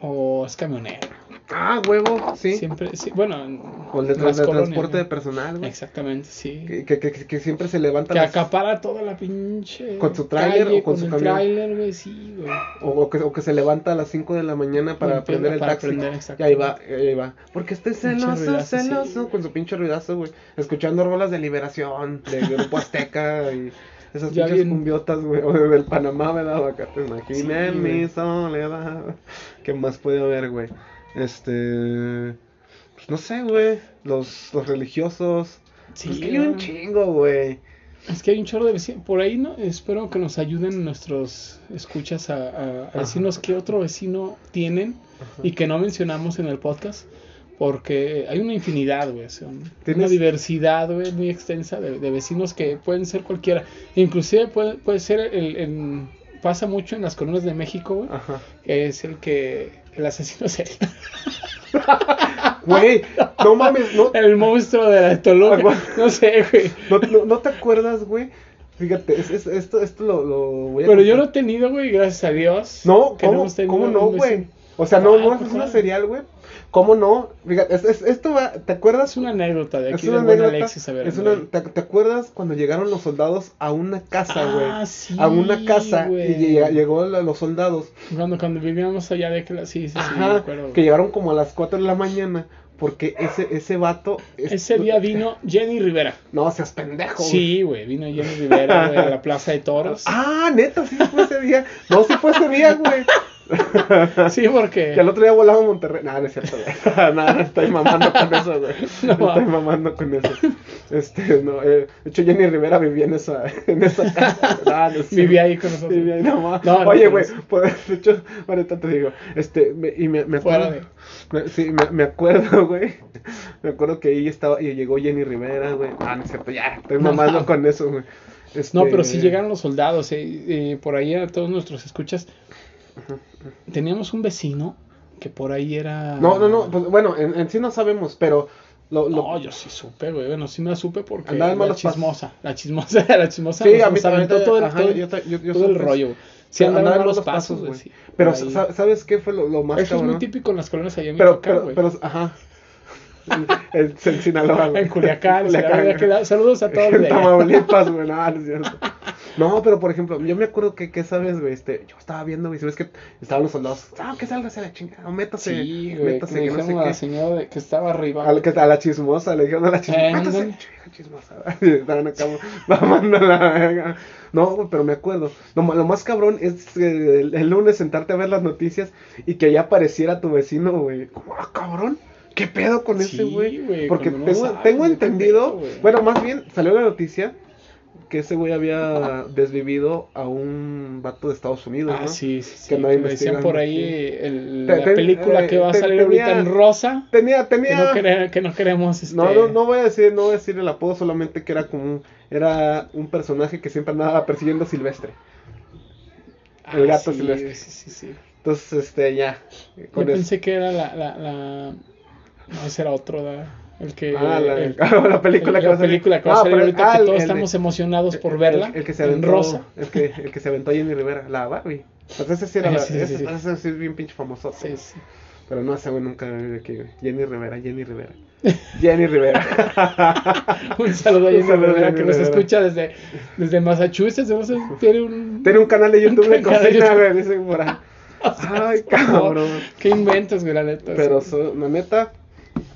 Speaker 3: o es camionero.
Speaker 1: huevo. Ah, huevo, sí.
Speaker 3: Siempre, sí, bueno, en
Speaker 1: O el de, tra-
Speaker 3: las
Speaker 1: de
Speaker 3: colonias,
Speaker 1: transporte de
Speaker 3: ¿no?
Speaker 1: personal, güey.
Speaker 3: Exactamente, sí.
Speaker 1: Que, que, que, que siempre se levanta
Speaker 3: Que
Speaker 1: las-
Speaker 3: acapara toda la pinche.
Speaker 1: Con su tráiler
Speaker 3: calle,
Speaker 1: o con su
Speaker 3: el
Speaker 1: camión.
Speaker 3: tráiler, güey, sí, güey.
Speaker 1: o, o que, o que se levanta a las 5 de la mañana para
Speaker 3: Para
Speaker 1: prender el
Speaker 3: para
Speaker 1: taxi.
Speaker 3: prender,
Speaker 1: y ahí va,
Speaker 3: exactamente.
Speaker 1: y ahí va. Porque estoy
Speaker 3: Pinche
Speaker 1: celoso,
Speaker 3: ruidazo, sí,
Speaker 1: celoso.
Speaker 3: güey.
Speaker 1: Con su pinche ruidazo, güey. Escuchando rolas de Liberación, de Grupo Azteca y esas
Speaker 3: Ya
Speaker 1: pinches
Speaker 3: bien.
Speaker 1: cumbiotas, güey. O del Panamá, ¿verdad? O Acá te imaginé
Speaker 3: Sí,
Speaker 1: mi
Speaker 3: güey.
Speaker 1: soledad. ¿Qué más puede haber, güey? Este. Pues no sé, güey. Los, los religiosos.
Speaker 3: Sí,
Speaker 1: pues que hay un
Speaker 3: güey.
Speaker 1: chingo, güey.
Speaker 3: Es que hay un chorro de vecinos. Por ahí no, espero que nos ayuden nuestros escuchas a, a- a decirnos qué otro vecino tienen y que no mencionamos en el podcast. Porque hay una infinidad, güey. o sea, un- Una
Speaker 1: ¿Tienes-
Speaker 3: diversidad, güey, muy extensa de, de vecinos que pueden ser cualquiera. Inclusive puede, puede ser el, el- Pasa mucho en las colonias de México, güey.
Speaker 1: Ajá.
Speaker 3: Que es el que... El asesino serial.
Speaker 1: Güey, no mames, no,
Speaker 3: El monstruo de la Toluca.
Speaker 1: Ah, güey.
Speaker 3: No sé, güey.
Speaker 1: ¿No, no, no te acuerdas, güey? Fíjate, es- es- esto, esto lo, lo voy a
Speaker 3: Pero yo lo
Speaker 1: contar.
Speaker 3: he tenido, güey, gracias a Dios.
Speaker 1: No,
Speaker 3: que
Speaker 1: ¿cómo,
Speaker 3: hemos tenido
Speaker 1: cómo no,
Speaker 3: un vecino.
Speaker 1: güey? O sea, no,
Speaker 3: Ah,
Speaker 1: no,
Speaker 3: pues,
Speaker 1: es una
Speaker 3: ah.
Speaker 1: serial, güey. ¿Cómo no? Fíjate, es- es- esto va, ¿te
Speaker 3: Es
Speaker 1: acuerdas?
Speaker 3: una anécdota de aquí
Speaker 1: es una
Speaker 3: de buen
Speaker 1: anécdota,
Speaker 3: Alexis a ver.
Speaker 1: es una- ¿te, te acuerdas cuando llegaron los soldados a una casa, güey?
Speaker 3: Ah, sí,
Speaker 1: a una casa y
Speaker 3: güey.
Speaker 1: llega- llegó la- los soldados.
Speaker 3: Cuando, cuando vivíamos allá de que la... Sí, sí, sí, me
Speaker 1: Ajá,
Speaker 3: acuerdo.
Speaker 1: que
Speaker 3: güey.
Speaker 1: llegaron como a las 4 de la mañana porque ese, ese vato... es-
Speaker 3: Ese día vino Jenny Rivera.
Speaker 1: No, seas pendejo, güey.
Speaker 3: Sí, güey, vino Jenny Rivera, güey, a la Plaza de Toros.
Speaker 1: Ah, neta, sí fue ese día. No, sí fue ese día, güey.
Speaker 3: Sí, porque...
Speaker 1: Que al otro día volaba a Monterrey. Nada, no es cierto, güey. Nada, estoy mamando con eso, güey.
Speaker 3: No.
Speaker 1: estoy mamando con eso. Este, no, eh, de hecho, Jenny Rivera vivía en esa, en esa casa. güey. Nah, no es cierto.
Speaker 3: Vivía ahí con nosotros.
Speaker 1: Vivía ahí nomás.
Speaker 3: No, no,
Speaker 1: Oye,
Speaker 3: pero
Speaker 1: güey,
Speaker 3: sí.
Speaker 1: pues, de hecho, ahorita te digo. Este, me- y me, me
Speaker 3: Fuera
Speaker 1: acuerdo. me- sí, me, me acuerdo, güey. Me acuerdo que ahí estaba, y llegó Jenny Rivera, güey. Ah, no es cierto, ya, estoy
Speaker 3: No,
Speaker 1: mamando
Speaker 3: no.
Speaker 1: con eso, güey. Este,
Speaker 3: No, pero sí llegaron los soldados. eh, eh, por ahí a todos nuestros escuchas. Teníamos un vecino que por ahí era...
Speaker 1: No, no, no, pues bueno, en, en sí no sabemos, pero lo, lo-
Speaker 3: No, yo sí supe, güey. Bueno, sí me la supe porque
Speaker 1: Andaba en
Speaker 3: la
Speaker 1: malos pasos.
Speaker 3: chismosa, la chismosa, la chismosa.
Speaker 1: Sí,
Speaker 3: nos-
Speaker 1: a mí
Speaker 3: nos
Speaker 1: también.
Speaker 3: aventó todo el,
Speaker 1: ajá,
Speaker 3: todo-
Speaker 1: yo ta- yo- yo
Speaker 3: todo el
Speaker 1: supe
Speaker 3: rollo. güey. pues Sí,
Speaker 1: andaba
Speaker 3: andaba en
Speaker 1: en
Speaker 3: malos
Speaker 1: malos
Speaker 3: pasos,
Speaker 1: pasos,
Speaker 3: güey.
Speaker 1: güey.
Speaker 3: sí, por
Speaker 1: Pero
Speaker 3: ahí.
Speaker 1: sa- ¿sabes qué fue lo, lo más
Speaker 3: Eso es muy
Speaker 1: cabrón?
Speaker 3: típico en las colonias allá en
Speaker 1: pero,
Speaker 3: Michoacán,
Speaker 1: pero,
Speaker 3: güey.
Speaker 1: pero, ajá. en, en Sinaloa, güey.
Speaker 3: En Culiacán, Sinaloa, de
Speaker 1: güey.
Speaker 3: aquel lado. Saludos a todos.
Speaker 1: En
Speaker 3: de allá.
Speaker 1: Tamaulipas, güey, no, no es cierto. No, pero por ejemplo, yo me acuerdo que, que esa vez, güey, este, yo estaba viendo, güey, si ves que estaban los soldados, ah, que sálgase a la chingada, métase,
Speaker 3: Sí, güey.
Speaker 1: métase,
Speaker 3: Me
Speaker 1: que no
Speaker 3: dijeron a la
Speaker 1: sé qué.
Speaker 3: señora de- que estaba arriba.
Speaker 1: A la, que- a la chismosa, le dijeron a la chismosa,
Speaker 3: Eh,
Speaker 1: métase,
Speaker 3: ándale.
Speaker 1: vieja chismosa. Y estaban acá mamando la verga. No, güey, pero me acuerdo. Lo, ma- lo más cabrón es eh, el, el lunes sentarte a ver las noticias y que allá apareciera tu vecino, güey. Como, ah, cabrón. ¿Qué pedo con
Speaker 3: Sí,
Speaker 1: ese güey?
Speaker 3: güey,
Speaker 1: Porque
Speaker 3: cuando no
Speaker 1: tengo,
Speaker 3: sabes,
Speaker 1: tengo
Speaker 3: qué
Speaker 1: entendido.
Speaker 3: pedo, güey.
Speaker 1: bueno, más bien salió la noticia que ese güey había desvivido a un vato de Estados Unidos,
Speaker 3: Ah,
Speaker 1: ¿no?
Speaker 3: sí, sí, sí.
Speaker 1: Que
Speaker 3: Que
Speaker 1: no
Speaker 3: decían por
Speaker 1: investigan,
Speaker 3: ahí
Speaker 1: sí.
Speaker 3: el-
Speaker 1: Te-
Speaker 3: la
Speaker 1: te-
Speaker 3: película
Speaker 1: eh,
Speaker 3: que va a
Speaker 1: te-
Speaker 3: salir ahorita
Speaker 1: tenía-
Speaker 3: en rosa.
Speaker 1: Tenía,
Speaker 3: Que
Speaker 1: tenía.
Speaker 3: no, quere- que no queremos. Este...
Speaker 1: No, no, no voy a decir, no voy a decir el apodo, solamente que era como un, era un personaje que siempre andaba persiguiendo a Silvestre.
Speaker 3: Ah,
Speaker 1: El gato
Speaker 3: sí,
Speaker 1: silvestre.
Speaker 3: Sí, sí, sí.
Speaker 1: Entonces, este, ya.
Speaker 3: Yo
Speaker 1: Con eso.
Speaker 3: pensé que era la, la, la... No, ese era otro, ¿verdad? El que...
Speaker 1: Ah, la,
Speaker 3: el-
Speaker 1: la película que
Speaker 3: la
Speaker 1: va a salir.
Speaker 3: película que va a
Speaker 1: Ah,
Speaker 3: salir
Speaker 1: pero-
Speaker 3: ahorita,
Speaker 1: ah,
Speaker 3: que
Speaker 1: el-
Speaker 3: todos
Speaker 1: el de-
Speaker 3: estamos emocionados por verla.
Speaker 1: El, el que se
Speaker 3: en
Speaker 1: aventó,
Speaker 3: rosa.
Speaker 1: El que, el que se aventó a Jenny Rivera, la Barbie. Pues ese sí era,
Speaker 3: Ah,
Speaker 1: la-
Speaker 3: sí, sí,
Speaker 1: ese,
Speaker 3: sí.
Speaker 1: ese sí es bien pinche famoso.
Speaker 3: Sí, sí.
Speaker 1: Pero no, ese güey nunca vive aquí, güey. Jenny Rivera, Jenny Rivera. Jenny Rivera.
Speaker 3: Un saludo a
Speaker 1: Un
Speaker 3: Jenny
Speaker 1: saludo a
Speaker 3: Rivera,
Speaker 1: Jenny
Speaker 3: que nos
Speaker 1: Rivera.
Speaker 3: escucha desde, desde Massachusetts. No sé, tiene un...
Speaker 1: Tiene un canal de YouTube de
Speaker 3: Un canal de
Speaker 1: cocina,
Speaker 3: YouTube.
Speaker 1: güey, dicen por ahí. Ay,
Speaker 3: Por-
Speaker 1: cabrón.
Speaker 3: ¿Qué inventas, güey, la neta?
Speaker 1: Pero
Speaker 3: Sí.
Speaker 1: so- la neta,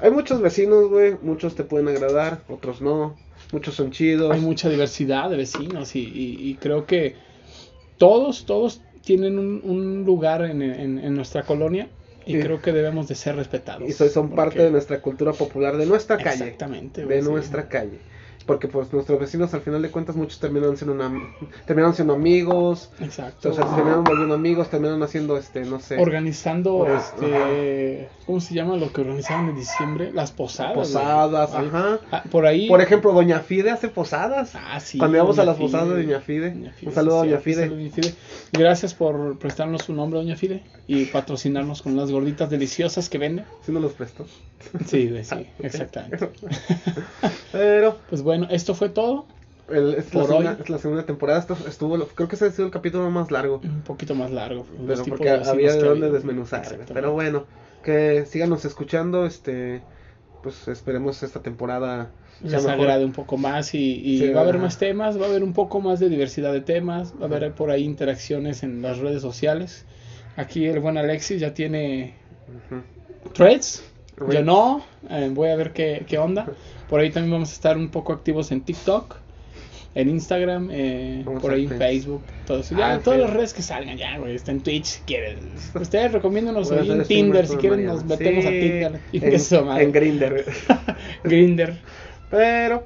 Speaker 1: hay muchos vecinos, güey. Muchos te pueden agradar, otros no. Muchos son chidos.
Speaker 3: Hay mucha diversidad de vecinos y, y- y creo que todos, todos tienen un, un lugar en, en- en nuestra colonia y
Speaker 1: Sí.
Speaker 3: creo que debemos de ser respetados.
Speaker 1: y so- son parte
Speaker 3: Porque-
Speaker 1: de nuestra cultura popular, de nuestra calle.
Speaker 3: Exactamente, güey,
Speaker 1: De
Speaker 3: sí.
Speaker 1: nuestra calle. porque pues nuestros vecinos al final de cuentas muchos terminaron siendo, una- terminaron siendo amigos,
Speaker 3: Exacto.
Speaker 1: o sea, se terminaron volviendo amigos, terminaron haciendo, este, no sé,
Speaker 3: Organizando,
Speaker 1: Ajá.
Speaker 3: este, ¿cómo se llama lo que organizaban en diciembre? Las posadas. güey.
Speaker 1: posadas,
Speaker 3: Ah,
Speaker 1: ajá.
Speaker 3: ah, por ahí.
Speaker 1: Por ejemplo, Doña Fide hace posadas.
Speaker 3: Ah, sí,
Speaker 1: Cuando íbamos a
Speaker 3: doña
Speaker 1: las posadas de Doña Fide. Un saludo a
Speaker 3: sí,
Speaker 1: Doña
Speaker 3: sí,
Speaker 1: Fide.
Speaker 3: saludo, doña Fide. Gracias por prestarnos su nombre, Doña Fide, y patrocinarnos con las gorditas deliciosas que vende.
Speaker 1: Si no los prestó.
Speaker 3: Sí, güey,
Speaker 1: Ah,
Speaker 3: sí, exactamente.
Speaker 1: Pero
Speaker 3: Pues bueno, esto fue todo.
Speaker 1: el- es, la
Speaker 3: Por
Speaker 1: segunda,
Speaker 3: hoy.
Speaker 1: es la segunda temporada. Esto estuvo, lo- creo que ese ha sido el capítulo más largo.
Speaker 3: Un poquito más largo. los
Speaker 1: Pero
Speaker 3: tipos
Speaker 1: porque
Speaker 3: de vecinos
Speaker 1: había de
Speaker 3: que
Speaker 1: dónde
Speaker 3: había.
Speaker 1: desmenuzar.
Speaker 3: Exactamente.
Speaker 1: Pero bueno, que síganos escuchando. Este, pues esperemos esta temporada sea
Speaker 3: les
Speaker 1: mejor.
Speaker 3: agrade un poco más y, y
Speaker 1: Sí,
Speaker 3: va a haber
Speaker 1: ajá.
Speaker 3: más temas, va a haber un poco más de diversidad de temas, va a haber por ahí interacciones en las redes sociales. Aquí el buen Alexis ya tiene
Speaker 1: Ujú.
Speaker 3: threads,
Speaker 1: Threads.
Speaker 3: yo no, eh, voy a ver qué, qué onda. Por ahí también vamos a estar un poco activos en TikTok, en Instagram, eh,
Speaker 1: Vamos
Speaker 3: por
Speaker 1: a
Speaker 3: ahí en
Speaker 1: hacer
Speaker 3: Facebook, todo eso.
Speaker 1: Ah,
Speaker 3: Ya,
Speaker 1: en
Speaker 3: todas las
Speaker 1: Facebook.
Speaker 3: redes que salgan ya, güey, está en Twitch si quieren. Ustedes recomiéndanos
Speaker 1: Voy a
Speaker 3: ahí en
Speaker 1: hacer
Speaker 3: Tinder,
Speaker 1: streamer
Speaker 3: si
Speaker 1: este con
Speaker 3: quieren
Speaker 1: Mariana.
Speaker 3: nos metemos a
Speaker 1: Sí,
Speaker 3: Tinder. Y
Speaker 1: en-
Speaker 3: eso, madre.
Speaker 1: en Grindr.
Speaker 3: Grinder.
Speaker 1: Pero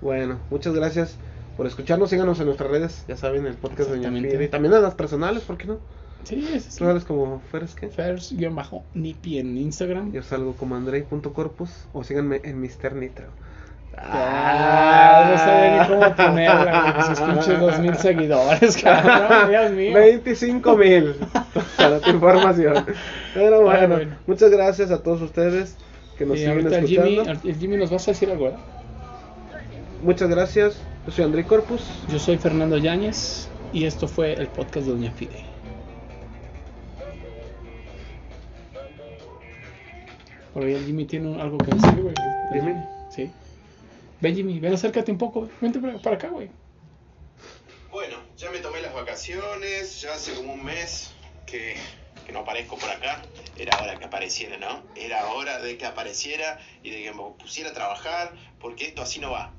Speaker 1: bueno, muchas gracias por escucharnos. Síganos en nuestras redes, ya saben, el podcast de Doña
Speaker 3: Exactamente.
Speaker 1: Fide. Y también en las personales, ¿por qué no?
Speaker 3: Sí, es así.
Speaker 1: Personales como Feres, ¿qué?
Speaker 3: Fers-nipi en Instagram.
Speaker 1: Yo salgo como Andrei.corpus o síganme en Mr. Nitro.
Speaker 3: Ah, no sabía ni cómo ponerla, güey, que se escuche dos mil seguidores, cabrón, Dios mío.
Speaker 1: 25 mil para tu información. Pero
Speaker 3: Ah,
Speaker 1: bueno,
Speaker 3: bueno.
Speaker 1: muchas gracias a todos ustedes que nos
Speaker 3: Y
Speaker 1: siguen
Speaker 3: Eh, ahorita el Jimmy,
Speaker 1: escuchando.
Speaker 3: el Jimmy nos vas a decir algo, ¿eh? ¿verdad?
Speaker 1: Muchas gracias. Yo soy Andrei Corpus.
Speaker 3: Yo soy Fernando Yáñez y esto fue el podcast de Doña Fide. Por ahí el Jimmy tiene un- algo que decir, güey. El
Speaker 1: Jimmy.
Speaker 3: Sí. Ven, Jimmy, ven, acércate un poco. güey. Vente para para acá, güey.
Speaker 4: Bueno, ya me tomé las vacaciones, ya hace como un mes que, que no aparezco por acá. Era hora que apareciera, ¿no? Era hora de que apareciera y de que me pusiera a trabajar, porque esto así no va.